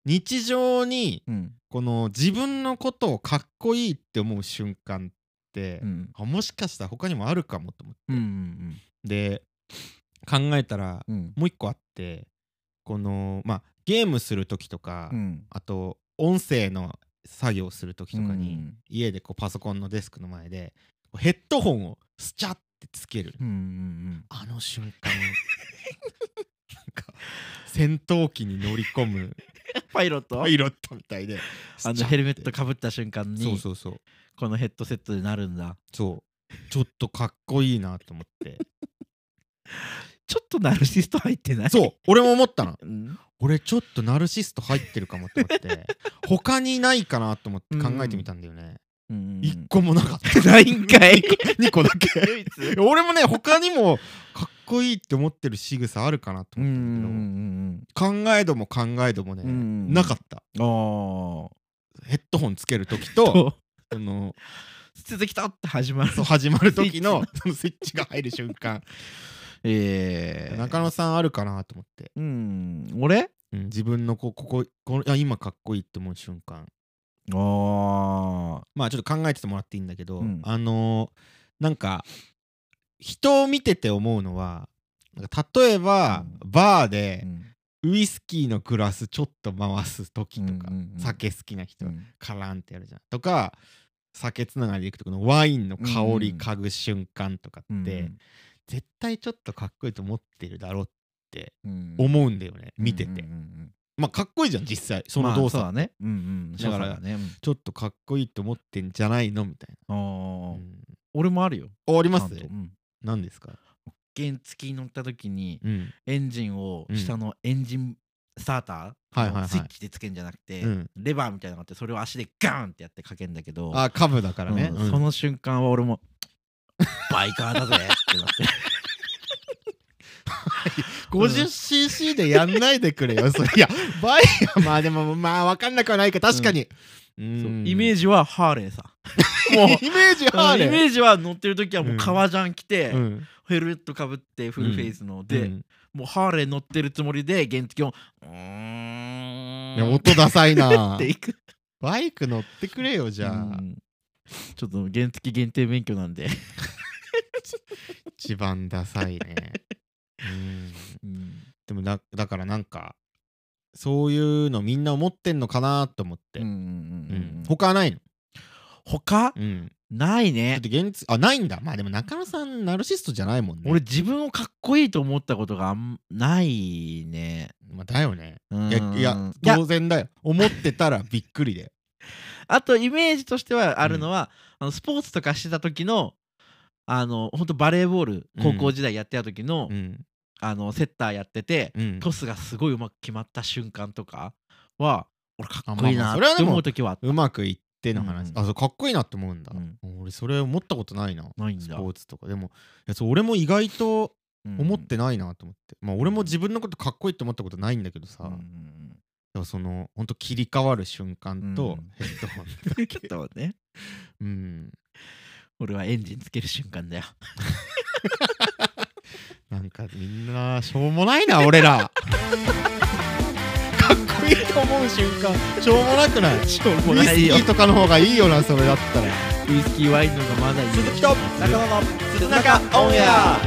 S1: 日常に
S2: うんうん
S1: この自分のことをかっこいいって思う瞬間って、
S2: うん
S1: あもしかしたら他にもあるかもと思っ
S2: うんうん
S1: てで考えたら
S2: うん
S1: もう一個あってこのまあゲームする時とか、
S2: うん
S1: あと音声の作業する時とかに、
S2: うん
S1: 家でこうパソコンのデスクの前でこうヘッドホンをスチャってつける
S2: うんうん
S1: あの瞬間なんか戦闘機に乗り込 む
S2: パイロット
S1: パイロットみたいで
S2: あのヘルメットかぶった瞬間
S1: そう
S2: に
S1: そうそう
S2: このヘッドセットでなるんだ
S1: そうちょっとかっこいいなと思って
S2: ちょっとナルシスト入ってな い
S1: そう俺も思ったの
S2: うん
S1: 俺ちょっとナルシスト入ってるかもって思って他にないかなと思って考えてみたんだよね、
S2: うん
S1: 1個もなかった
S2: ないんかい
S1: 2個だけ
S2: 唯一
S1: 俺もね他にもかっこいいって思ってる仕草あるかなと
S2: うんう
S1: 思
S2: ん
S1: っ
S2: う
S1: たんだ
S2: ん
S1: けど考えども考えども
S2: うんう
S1: ね
S2: ん
S1: なか
S2: っ
S1: った
S2: たあ
S1: ヘッドホンつける時
S2: あ
S1: とその
S2: 続きたって始まる
S1: そう始まる時のそのスイッチが入る瞬間
S2: ええ
S1: 中野さんあるかなと思って、
S2: うん俺
S1: うん自分のこうこここのいや今かっこいいって思う瞬間
S2: ああ
S1: まあちょっと考えててもらっていいんだけど、
S2: うん
S1: あのーなんか人を見てて思うのはなんか例えば、バーでウイスキーのグラスちょっと回す時とか、
S2: うんうんうん
S1: 酒好きな人、カランってやるじゃんとか酒つながりでいくとこのワインの香り嗅ぐ瞬間とかって、絶対ちょっとかっこいいと思ってるだろうって思うんだよね、見てて、まあかっこいいじゃん実際その動作、
S2: まあそうだねうんうん
S1: だから
S2: そうだねうん
S1: ちょっとかっこいいと思ってんじゃないのみたい
S2: あ
S1: な、う
S2: ー
S1: ん、
S2: 俺もあるよ
S1: ああり
S2: ちゃ
S1: ま
S2: ん
S1: す
S2: とうん
S1: 何ですか、
S2: 原付に乗った時に
S1: うん
S2: エンジンを
S1: うん
S2: 下のエンジンスタータ
S1: はいはいは
S2: ー
S1: い
S2: をスイッチでつけるんじゃなくて
S1: うん
S2: レバーみたいなのがあってそれを足でガーンってやってかけんだけど
S1: あカブだからね、
S2: うん
S1: うん
S2: その瞬間は俺もバイカーだぜってなって
S1: 50cc でやんないでくれよ、そりゃバイヤーまあでもまあ分かんなくはないか確かに、
S2: そうイメー
S1: ジ
S2: ジはハーレーさもう
S1: イメージハーレ
S2: イ
S1: ー
S2: メージは乗ってる時はもう革ジャン着て、
S1: うん
S2: ヘルメットかぶってフルフェイスので、
S1: うん
S2: もうハーレー乗ってるつもりで原付をうーん
S1: いや音ダサい
S2: っ
S1: な
S2: ていく
S1: バイク乗ってくれよじゃあ、
S2: うんちょっと原付限定免許なんで、
S1: 一番ダサ いねうんでもだだからなんかそういうのみんな思ってんのかなと思って、
S2: うんうんうんうんほ
S1: 他はないの、
S2: 他
S1: うん、
S2: ない
S1: だっ
S2: ね
S1: て現実あないんだまあでも中野さんナルシストじゃないもんね
S2: 俺、自分をかっこいいと思ったことがあんないね
S1: まあ、だよね
S2: うん
S1: いやいや
S2: いや
S1: 当然だよ思ってたらびっくり だよ
S2: あとイメージとしてはあるのは、あのスポーツとかしてた時のあの本当バレーボール高校時代やってた時の、
S1: うん
S2: あのセッターやってて、
S1: うん
S2: トスがすごいうまく決まった瞬間とかは俺か
S1: あま
S2: っ
S1: あ
S2: こいいな
S1: それは
S2: っ
S1: で
S2: て
S1: も
S2: 思う時はあった
S1: うまくいっての話、
S2: うんうん
S1: あそうかっこいいなって思うんだ、
S2: うん
S1: 俺それ思ったことないな
S2: ないんだ
S1: スポーツとかでもいやそう俺も意外と思っ
S2: る
S1: てないなと思って、まあ俺も自分のことかっこいいって思ったことないんだけどさ、
S2: うんう
S1: だか
S2: ん
S1: らそのほんと切り替わる瞬間
S2: う
S1: と
S2: ん
S1: ヘッドホン
S2: うんちょっと待ってね
S1: うん、
S2: 俺はエンジンつける瞬間 だよ
S1: なんかみんなしょうもない な俺らかっこいいと思う瞬間しょうもなくない
S2: しょう
S1: ウイスキーとかの方がいいよなそれだったら
S2: ウイスキーワインのがまだいい
S1: 鈴木と中
S2: 野の
S1: 鈴中オンエア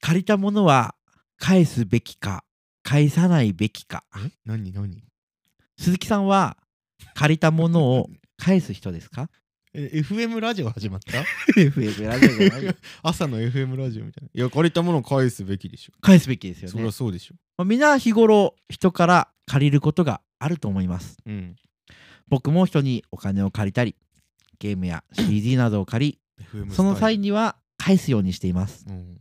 S2: 借りたものは返すべきか返さないべきか
S1: 何何
S2: 鈴木さんは借りたものを返す人で すか
S1: え FM ラジオ始まった
S2: FM ラジオじゃないよ
S1: 朝の FM ラジオみたいないや借りたものを返すべきでしょ
S2: 返すべきですよ
S1: そり
S2: ね
S1: ゃそうでしょ
S2: まあ、みんな日頃人から借りることがあると思います
S1: うん
S2: 僕も人にお金を借りたりゲームや CD などを借
S1: FM
S2: りその
S1: スタイ
S2: 際
S1: ル
S2: には返すようにしています
S1: うん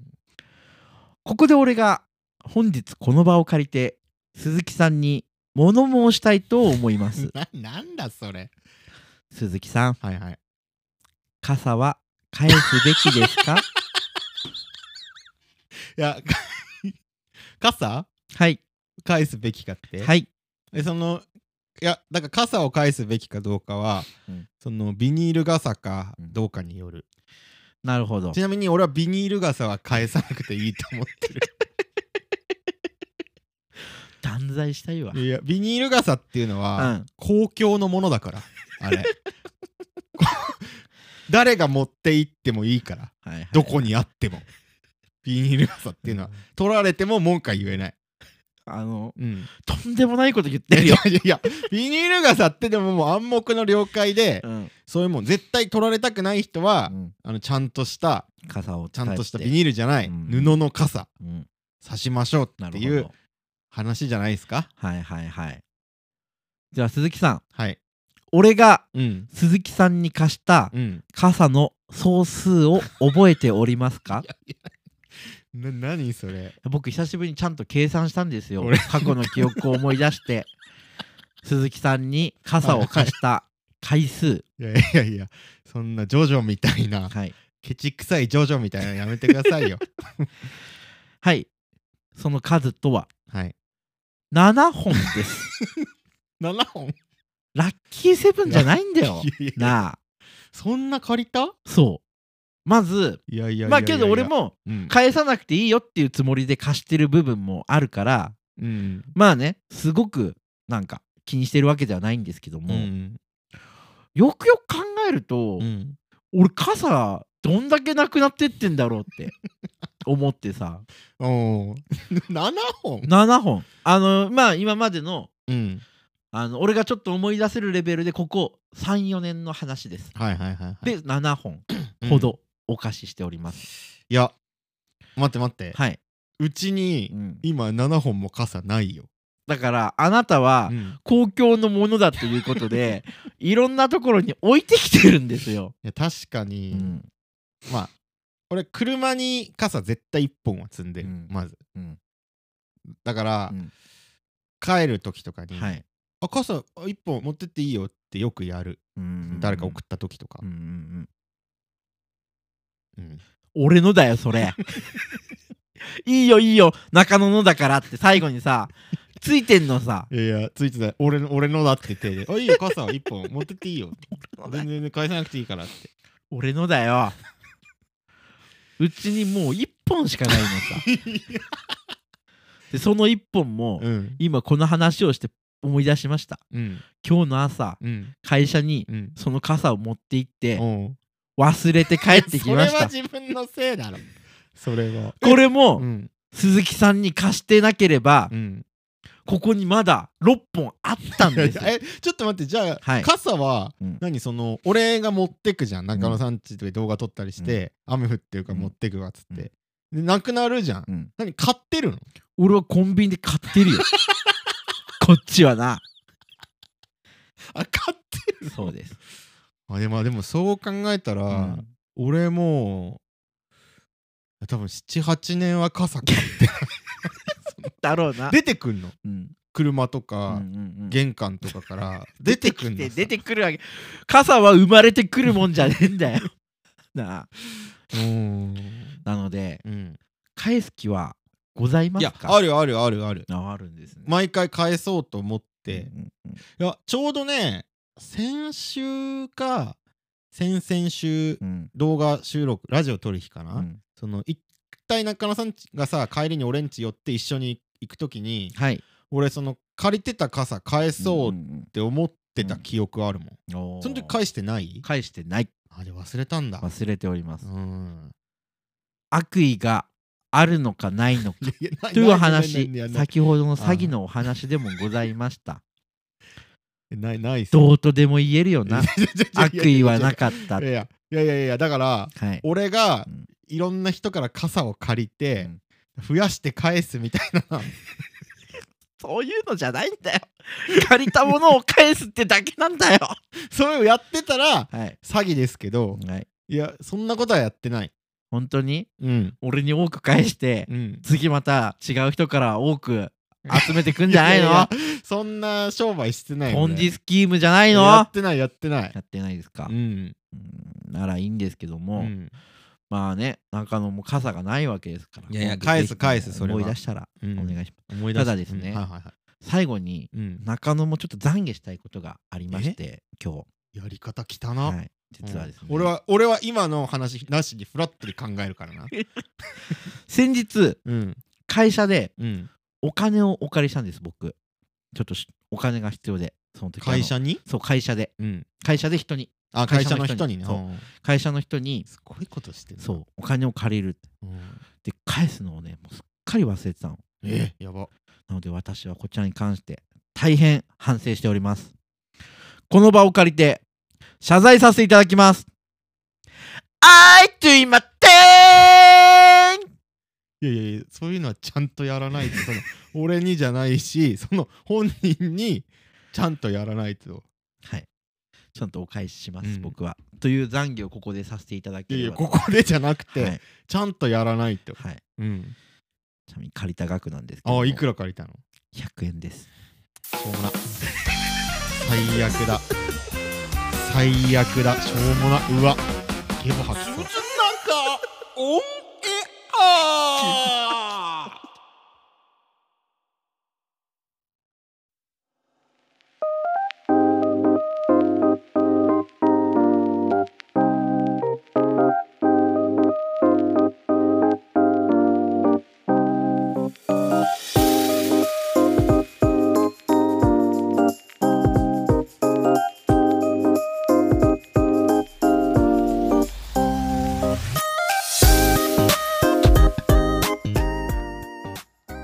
S2: ここで俺が本日この場を借りて鈴木さんに物申したいと思います
S1: ななんだそれ
S2: 鈴木さん
S1: はいはい
S2: 傘は返すべきです か
S1: いや 傘
S2: はい
S1: 返すべきかって
S2: はい
S1: えそのいやだから傘を返すべきかどうかは、
S2: うん
S1: そのビニール傘か
S2: うん
S1: どうかによる、
S2: なるほど
S1: ちなみに俺はビニール傘は返さなくていいと思ってる
S2: 断罪した いわ
S1: いやビニール傘っていうの
S2: う
S1: は、
S2: ん
S1: 公共のものだからあれこ誰が持って行ってもいいから
S2: はい
S1: どこにあってもビニール傘っていうのは取られても文句は言えない、
S2: あの
S1: うん、
S2: とんでもないこと言
S1: い
S2: って
S1: や
S2: る
S1: いや
S2: よ、
S1: いやビニール傘ってでももう暗黙の了解で、
S2: うん
S1: そういうもん絶対取られたくない人は、
S2: うん
S1: あのちゃんとした
S2: 傘を
S1: ちゃんとしたビ
S2: ー
S1: ニールじゃない、
S2: うん
S1: 布の傘
S2: ル、うん
S1: 差しましょう
S2: な
S1: って
S2: る
S1: い
S2: ほ
S1: う
S2: ど
S1: 話じゃないですか
S2: はいはいはいじゃあ鈴木さん
S1: はい
S2: 俺が
S1: うん
S2: 鈴木さんに貸した
S1: うん
S2: 傘の総数を覚えておりますか
S1: な何それ
S2: 僕久しぶりにちゃんと計算したんですよ
S1: 俺
S2: 過去の記憶を思い出して鈴木さんに傘を貸した回数
S1: いやい やいやそんなジョジョみたいな
S2: はい、
S1: ケチくさいジョジョみたいなのやめてください よ
S2: はい、その数とは
S1: はい
S2: 7本です
S1: 7本
S2: ラッキーセブンじゃないんだよ
S1: いやいや
S2: なあ
S1: そんな借りた
S2: そうまず
S1: いやいやいやいや
S2: まあけど俺、も
S1: うん
S2: 返さなくていいよっていうつもりで貸してる部分もあるから
S1: うん
S2: まあねすごくなんか気にしてるわけではないんですけど
S1: う
S2: も、
S1: ん
S2: よくよく考えると、
S1: うん
S2: 俺傘どんだけなくなってってんだろうって思っ てさ
S1: おー 7本
S2: 7本あのまあ今までの
S1: うん
S2: あの俺がちょっと思い出せるレベルでここ34年の話です、
S1: はいはいはいはい
S2: で7本
S1: うん
S2: ほどお貸ししております、
S1: いや待って待って
S2: はい、
S1: うち
S2: う
S1: に
S2: ん、
S1: 今7本も傘ないよ、
S2: だからあなたは
S1: うんい
S2: 公共のものだということで いろんなところに置いてきてるんですよ、
S1: や確か
S2: う
S1: に、
S2: ん
S1: まあ俺車に傘絶対1本は積んでる、
S2: うん
S1: まず
S2: うん
S1: だから、
S2: うん
S1: 帰る時とかに、
S2: はい
S1: あ傘1本持ってっていいよってよくやる、
S2: うん
S1: 誰か送った時とか
S2: うん、うんうん
S1: うん
S2: 俺のだよそれ いいよいいよ中野のだからって最後にさついてんのさ
S1: いやいやついてない俺の俺のだって手で 「あいいよ傘は1本持ってっていい よ」全然返さなくていいからって
S2: 俺のだようちにもう1本し かないのさでその1本も、
S1: うん
S2: 今この話をして思い出しました
S1: うん
S2: 今日の朝
S1: うん
S2: 会社に
S1: うん
S2: その傘を持って行って
S1: おう
S2: 忘れて帰ってきまし
S1: それは
S2: た
S1: 自分のせいだろそれは
S2: これも、
S1: うん
S2: 鈴木さんに貸してなければ、
S1: うん
S2: ここにまだ6本あったん
S1: いや
S2: で
S1: い
S2: す
S1: や
S2: よ
S1: えちょっと待ってじゃあ、
S2: はい
S1: 傘は、
S2: うん
S1: 何その俺が持ってくじゃん中野さんちで動画撮ったりして、雨降ってるから持ってくわっつって、でなくなるじゃん、
S2: うん
S1: 何買ってるの
S2: 俺はコンビニで買ってるよ こっちはな
S1: あ買ってる
S2: そうです、
S1: あで,、まあ、でもそう考えたら、
S2: うん
S1: 俺もう多分78年は 傘買ってない
S2: だろうな
S1: 出てくんの
S2: うん
S1: 車と
S2: うんう
S1: か、
S2: んうん
S1: 玄関とかから出てくんの
S2: 出てくるわけ傘は生まれてくるもんじゃねえんだよ なあ
S1: うーん
S2: なので
S1: うん
S2: 返す気はございま
S1: い
S2: す
S1: や
S2: か
S1: あるあるあるある
S2: ああるんですねっ
S1: 毎回返そうと思って、
S2: うんうん
S1: いやちょうどね先週か先々週
S2: うん
S1: 動画収録ラジオ撮る日かな、
S2: うん
S1: その一体中野さんがさ帰りに俺んち寄って一緒に行く時に
S2: はい
S1: 俺その借りてた傘返そうっ
S2: ん
S1: て思ってた記憶あるもん、
S2: うんおー
S1: その時返してない
S2: 返してない
S1: あれ忘れたんだ
S2: 忘れております、
S1: うん
S2: 悪意があるのかないのか
S1: いや な
S2: という
S1: な
S2: 話
S1: いないない
S2: 先ほどの詐欺のお話でもございました
S1: ないないっす
S2: どうとでも言えるよな悪意はなかった
S1: いやいやいやいやいやだから
S2: はい
S1: 俺が
S2: うん
S1: いろんな人から傘を借りて増やして返すみたい な
S2: そういうのじゃないんだよ借りたものを返すってだけなんだよ
S1: そういうのやってたら
S2: はい、
S1: 詐欺ですけど
S2: はい、
S1: いやそんなことはやってない
S2: 本当に
S1: うん
S2: 俺に多く返して
S1: うん
S2: 次また違う人から多く集めてくんじゃないの
S1: やややそんな商売してない
S2: ポンジスキームじゃないいの
S1: や
S2: や
S1: ってないやってない
S2: ってないですか
S1: う、ん
S2: うんならいいんですけど
S1: う
S2: も、
S1: ん
S2: まあね中野も傘がないわけですから
S1: いやいや
S2: 今度
S1: 返す
S2: ぜひね
S1: 返すそれは
S2: 思い出したら
S1: う
S2: お
S1: ん
S2: 願いします、
S1: 思い出した
S2: だですね
S1: うんはいはいは
S2: 最後に
S1: いうん
S2: 中野もちょっと懺悔したいことがありまして今日
S1: やり方汚な
S2: はい実はですね、
S1: うん俺は俺は今の話なしにフラットに考えるからな
S2: 先日
S1: うん
S2: 会社で
S1: うん
S2: お金をお借りしたんです僕ちょっとしお金が必要でその時
S1: 会
S2: あ
S1: 社に
S2: のそう会社で
S1: うん
S2: 会社で人に
S1: あ会
S2: 会
S1: 社
S2: 社
S1: の
S2: の
S1: 人
S2: 人
S1: に
S2: に
S1: ね
S2: そう
S1: うん
S2: 会社の人に
S1: すごいことしてるな
S2: そうお金を借りる
S1: うん
S2: で返すのをねもうすっかり忘れてたの
S1: えやば
S2: なので私はこちらに関して大変反省しておりますこの場を借りて謝罪させていただきます I do my thing
S1: いやいやいやそういうのはちゃんとやらないとその 俺にじゃないしその本人にちゃんとやらないと
S2: はい。ちゃんとお返しします、
S1: うん
S2: 僕は。という懺悔をここでさせていただ
S1: い
S2: け
S1: やい
S2: れ
S1: や
S2: ば
S1: ここでじゃなくて、
S2: はい。
S1: ちゃんとやらないと、
S2: はい、
S1: うん、
S2: ちなみに借りた額なんですけども。
S1: あいくら借りたの
S2: ?100 円です。
S1: しょうもな最悪だ最悪だしょうもなうわゲボ吐きそう
S2: オンエア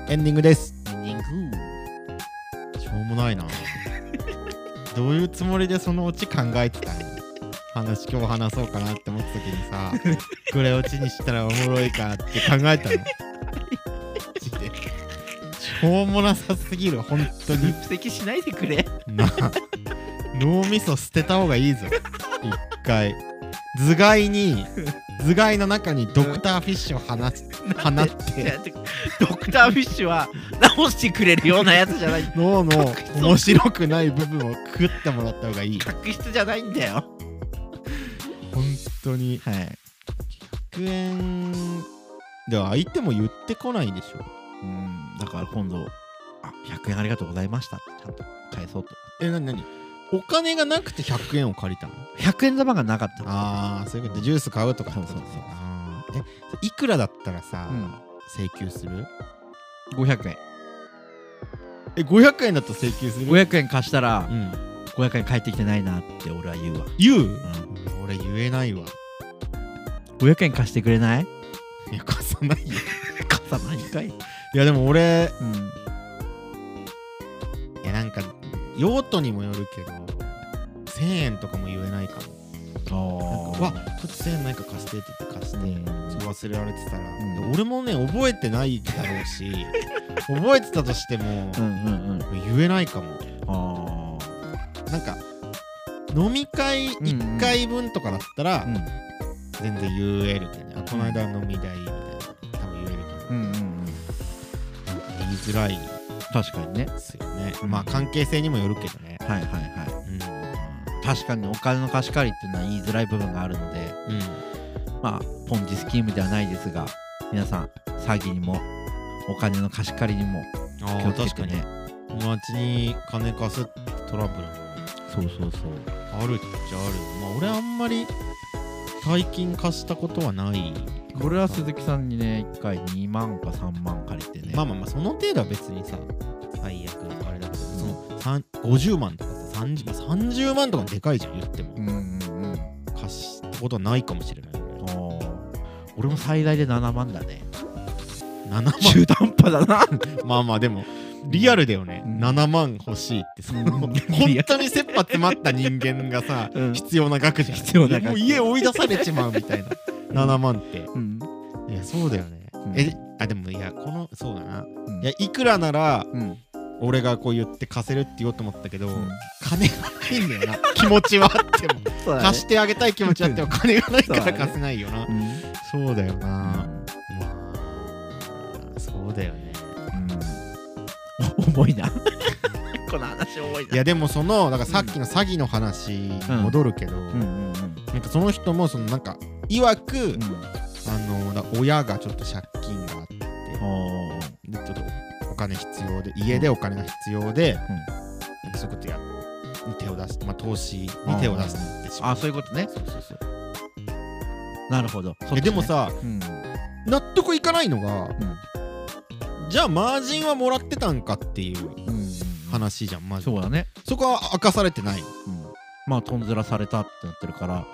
S1: エンディングです
S2: エンディング
S1: しょうもないなどういうつもりでそのうち考えてたの話今日話そうかなって思った時にさこれオチにしたらおもろいかって考えたのマジでしょうもなさすぎる本当に
S2: 不石しないでくれ
S1: なあ脳みそ捨てた方がいいぞ一回頭蓋に頭蓋の中にドクターフィッシュを放つ放って
S2: ドクターフィッシュは直してくれるようなやつじゃない
S1: 脳の面白くない部分を食ってもらった方がいい
S2: 確執じゃないんだよ
S1: 本当に
S2: はい
S1: 100円では相手も言ってこないでしょ
S2: うんだから今度あ100円ありがとうございましたってちゃんと返そうと
S1: えなになにお金がなくて100円を借りたの
S2: 100円玉がなかった
S1: ああそういうことジュース買うとかってこと
S2: そうそうそう
S1: あーえいくらだったらさ、
S2: う
S1: 請求する
S2: ん500円
S1: え500円だと請求する
S2: 500円貸したら
S1: うん
S2: 500円返ってきてないなって俺は言うわ、
S1: 言う
S2: う
S1: 俺言えないわ
S2: ん、500円貸してくれない
S1: いや貸さないよ
S2: 貸さないかい、
S1: いやでも俺
S2: うん、
S1: いやなんか用途にもよるけど1000円とかも言えないかもなんかうわ
S2: あ
S1: ちょっと1000円なんか貸してって言って貸して、
S2: うん
S1: ちょっと忘れられてたら、
S2: ん
S1: で俺もね覚えてないだろうし 覚えてたとしても
S2: う、んうんうん
S1: 言えないかも
S2: あ
S1: なんか飲み会
S2: んうん
S1: 1回分とかだったら、
S2: あうん
S1: 全然言えるけど、ねあこの間飲み代みたいな多分言えるけど、
S2: うんうんうん
S1: なんか言いづらい
S2: 確かにね
S1: ですよね、
S2: うん
S1: まあ関係性にもよるけどね
S2: はいはいは
S1: うん
S2: い確かにお金の貸し借りっていうのは言いづらい部分があるので
S1: うん
S2: まあポンジスキームではないですが皆さん詐欺にもお金の貸し借りにも
S1: あ
S2: 気
S1: あ
S2: をつ
S1: 確
S2: け
S1: か
S2: て
S1: に
S2: ね
S1: 友達に金貸すってトラブル
S2: そうそうそう
S1: あるっちゃあるまあ俺あんまり大金貸したことはない
S2: 俺は鈴木さんにね1回2万か3万借りてね
S1: まあまあまあその程度は別にさ最悪あれだけどそのさん50万とかさ 30, まあ30万とかでかいじゃん言っても
S2: うんうんうん
S1: 貸したことはないかもしれ ない俺
S2: おー俺も最大で7万だね
S1: 7万
S2: 中途半端だ な
S1: まあまあでもリアルだよね、
S2: うん
S1: 7万欲しいってその
S2: うん
S1: 本当に切羽詰まった人間がさ、
S2: うん
S1: 必要な額じゃん
S2: 必要な額
S1: もう家追い出されちまうみたいな7万って
S2: うん、
S1: いやそうだよね、
S2: ん
S1: えあでもいやこのそうだな
S2: うん
S1: いやいくらなら
S2: うん
S1: 俺がこう言って貸せるって言おうと思ったけど、
S2: うん
S1: 金がないんだよな気持ちはあって も
S2: そうだね
S1: 貸してあげたい気持ちはあっても金がないか
S2: そうだ
S1: ら
S2: ね
S1: 貸せないよな
S2: うん
S1: そうだよな
S2: うん
S1: まあそうだよね
S2: お重いな この話重いない
S1: やでもそのだからさっきの詐欺の話に戻るけど、
S2: うんうんうん
S1: なんかその人もそのなんかいわく、
S2: うん
S1: あのだから親がちょっと借金があって
S2: お
S1: でちょっとお金必要で家でお金が必要で、なんかそういうことやに手を出して、まあ、投資に手を出してしまう
S2: あそういうことねそうそうそうなるほどそっち
S1: え
S2: ね
S1: でもさ
S2: うん
S1: 納得いかないのがじゃあマージンはもらってたんかっていう
S2: うんうん
S1: 話じゃんマジ
S2: そうだね
S1: そこは明かされてない
S2: うんまあとんずらされたってなってるから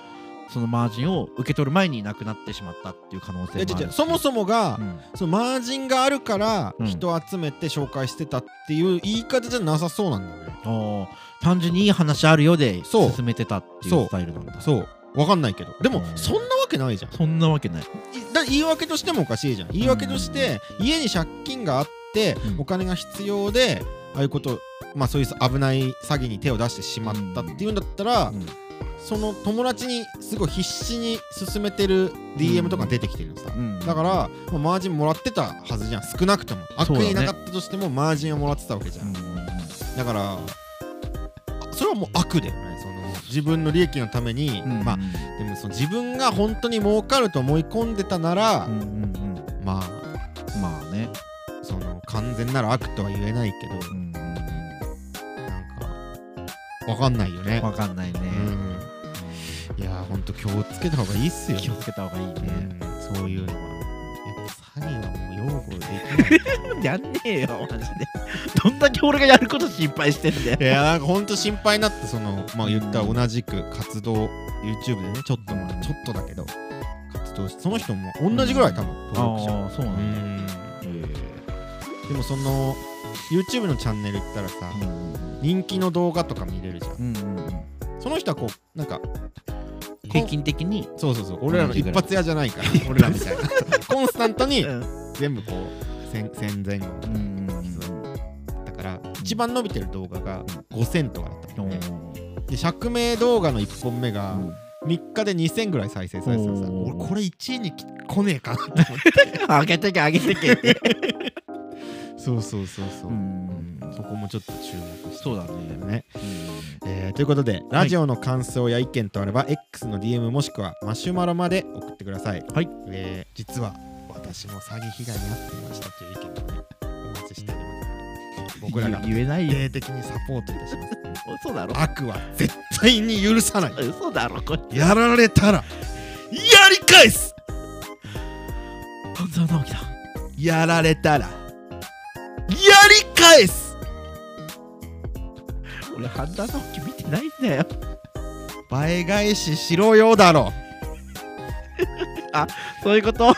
S2: そのマージンを受け取る前になくなってしまったっていう可能性もあ
S1: え
S2: る
S1: 違う違うそもそもが、
S2: うん
S1: そのマージンがあるから
S2: うん
S1: 人集めて紹介してたっていう言い方じゃなさそうなんだよね、
S2: あー単純にいい話あるよで
S1: そう
S2: 進めてたってい
S1: そう
S2: うスタイルなんだ
S1: そうわかんないけどでも、
S2: うん
S1: そんなわけないじゃんい
S2: そんなわけない
S1: だ言い訳としてもおかしいじゃん言い訳として、家に借金があって、
S2: うん
S1: お金が必要でああいうことまあそういう危ない詐欺に手を出してしまったっていうんだったら、
S2: うん
S1: その友達にすごい必死に勧めてる DM とか出てきてるのさ、
S2: うん
S1: だから、まあマージンもらってたはずじゃん少なくとも悪
S2: そうだね
S1: 意なかったとしてもマージンをもらってたわけじゃ、
S2: うんんうんうん
S1: だからあそれはもう悪だよねその自分の利益のために、
S2: うん
S1: まあでもその自分が本当に儲かると思い込んでたなら、
S2: うんうんうん
S1: まあ
S2: まあね
S1: その完全なる悪とは言えないけど
S2: うん
S1: なんかわかんないよね
S2: 分かんないね、
S1: うんいやーほんと気をつけた方がいいっすよ、
S2: 気をつけた方がいいね、
S1: うんそういうのはやっぱ詐欺はもう擁護できない
S2: やんねえよマジでどんだけ俺がやること心配してんだよ
S1: いやなんかほんと心配になってそのまあ言ったら同じく活動 YouTube でねちょっとまあちょっとだけど活動してその人も同じぐらい多分登録者
S2: ああそうな
S1: うんん
S2: だ、え
S1: でもその YouTube のチャンネル行ったらさ、
S2: えうん
S1: 人気の動画とか見れるじゃん
S2: うんうんうん
S1: その人はこうなんか
S2: 平均的に
S1: そうそうそう俺らの一発屋じゃないから俺らみ たいなコンスタントに全部こう戦戦前後
S2: うんうん
S1: だから一番伸びてる動画が5000とかだった
S2: う
S1: の
S2: ん
S1: ねで釈明動画の1本目が3日で2000ぐらい再生されてたさ
S2: おー
S1: 俺これ1位にき来ねえかなと思って
S2: 上げてけ上げてけ
S1: そうそうそうそう、
S2: うん
S1: そこもちょっと注目して
S2: そうだね
S1: ねえーということでラジオの感想や意見とあれば、X の DM もしくはマシュマロまで送ってください、
S2: はい
S1: えー実は私も詐欺被害に遭っていましたという意見もねお待ちしております僕らが
S2: 言えないよ
S1: 霊的にサポートいたします
S2: 嘘だろ
S1: 悪は絶対に許さない
S2: 嘘だろこれ
S1: やられたらやり返す
S2: 半沢直樹だ
S1: やられたらやり返す
S2: 俺半沢直樹見てないんだよ
S1: 倍返ししろよだろ
S2: そういうこと
S1: な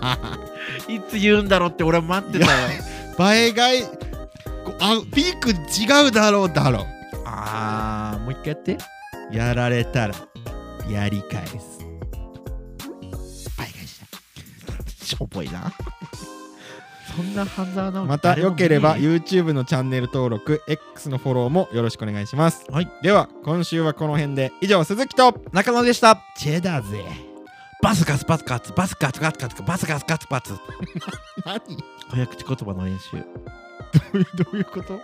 S1: あ
S2: いつ言うんだろうって俺は待ってたよ
S1: 倍返こあピーク違うだろうだろ
S2: あーもう一回やって
S1: やられたらやり返す倍返し
S2: しょぼいなそんな半沢直樹
S1: またよければ
S2: う
S1: YouTube のチャンネル登録 X のフォローもよろしくお願いします、
S2: はい、
S1: では今週はこの辺で以上鈴木と
S2: 中野でした
S1: チェダーぜ
S2: バスガスバスガスバスガスガスガスバスガスガスバス
S1: 何ど
S2: 早口言葉の練習
S1: ういうどういうこと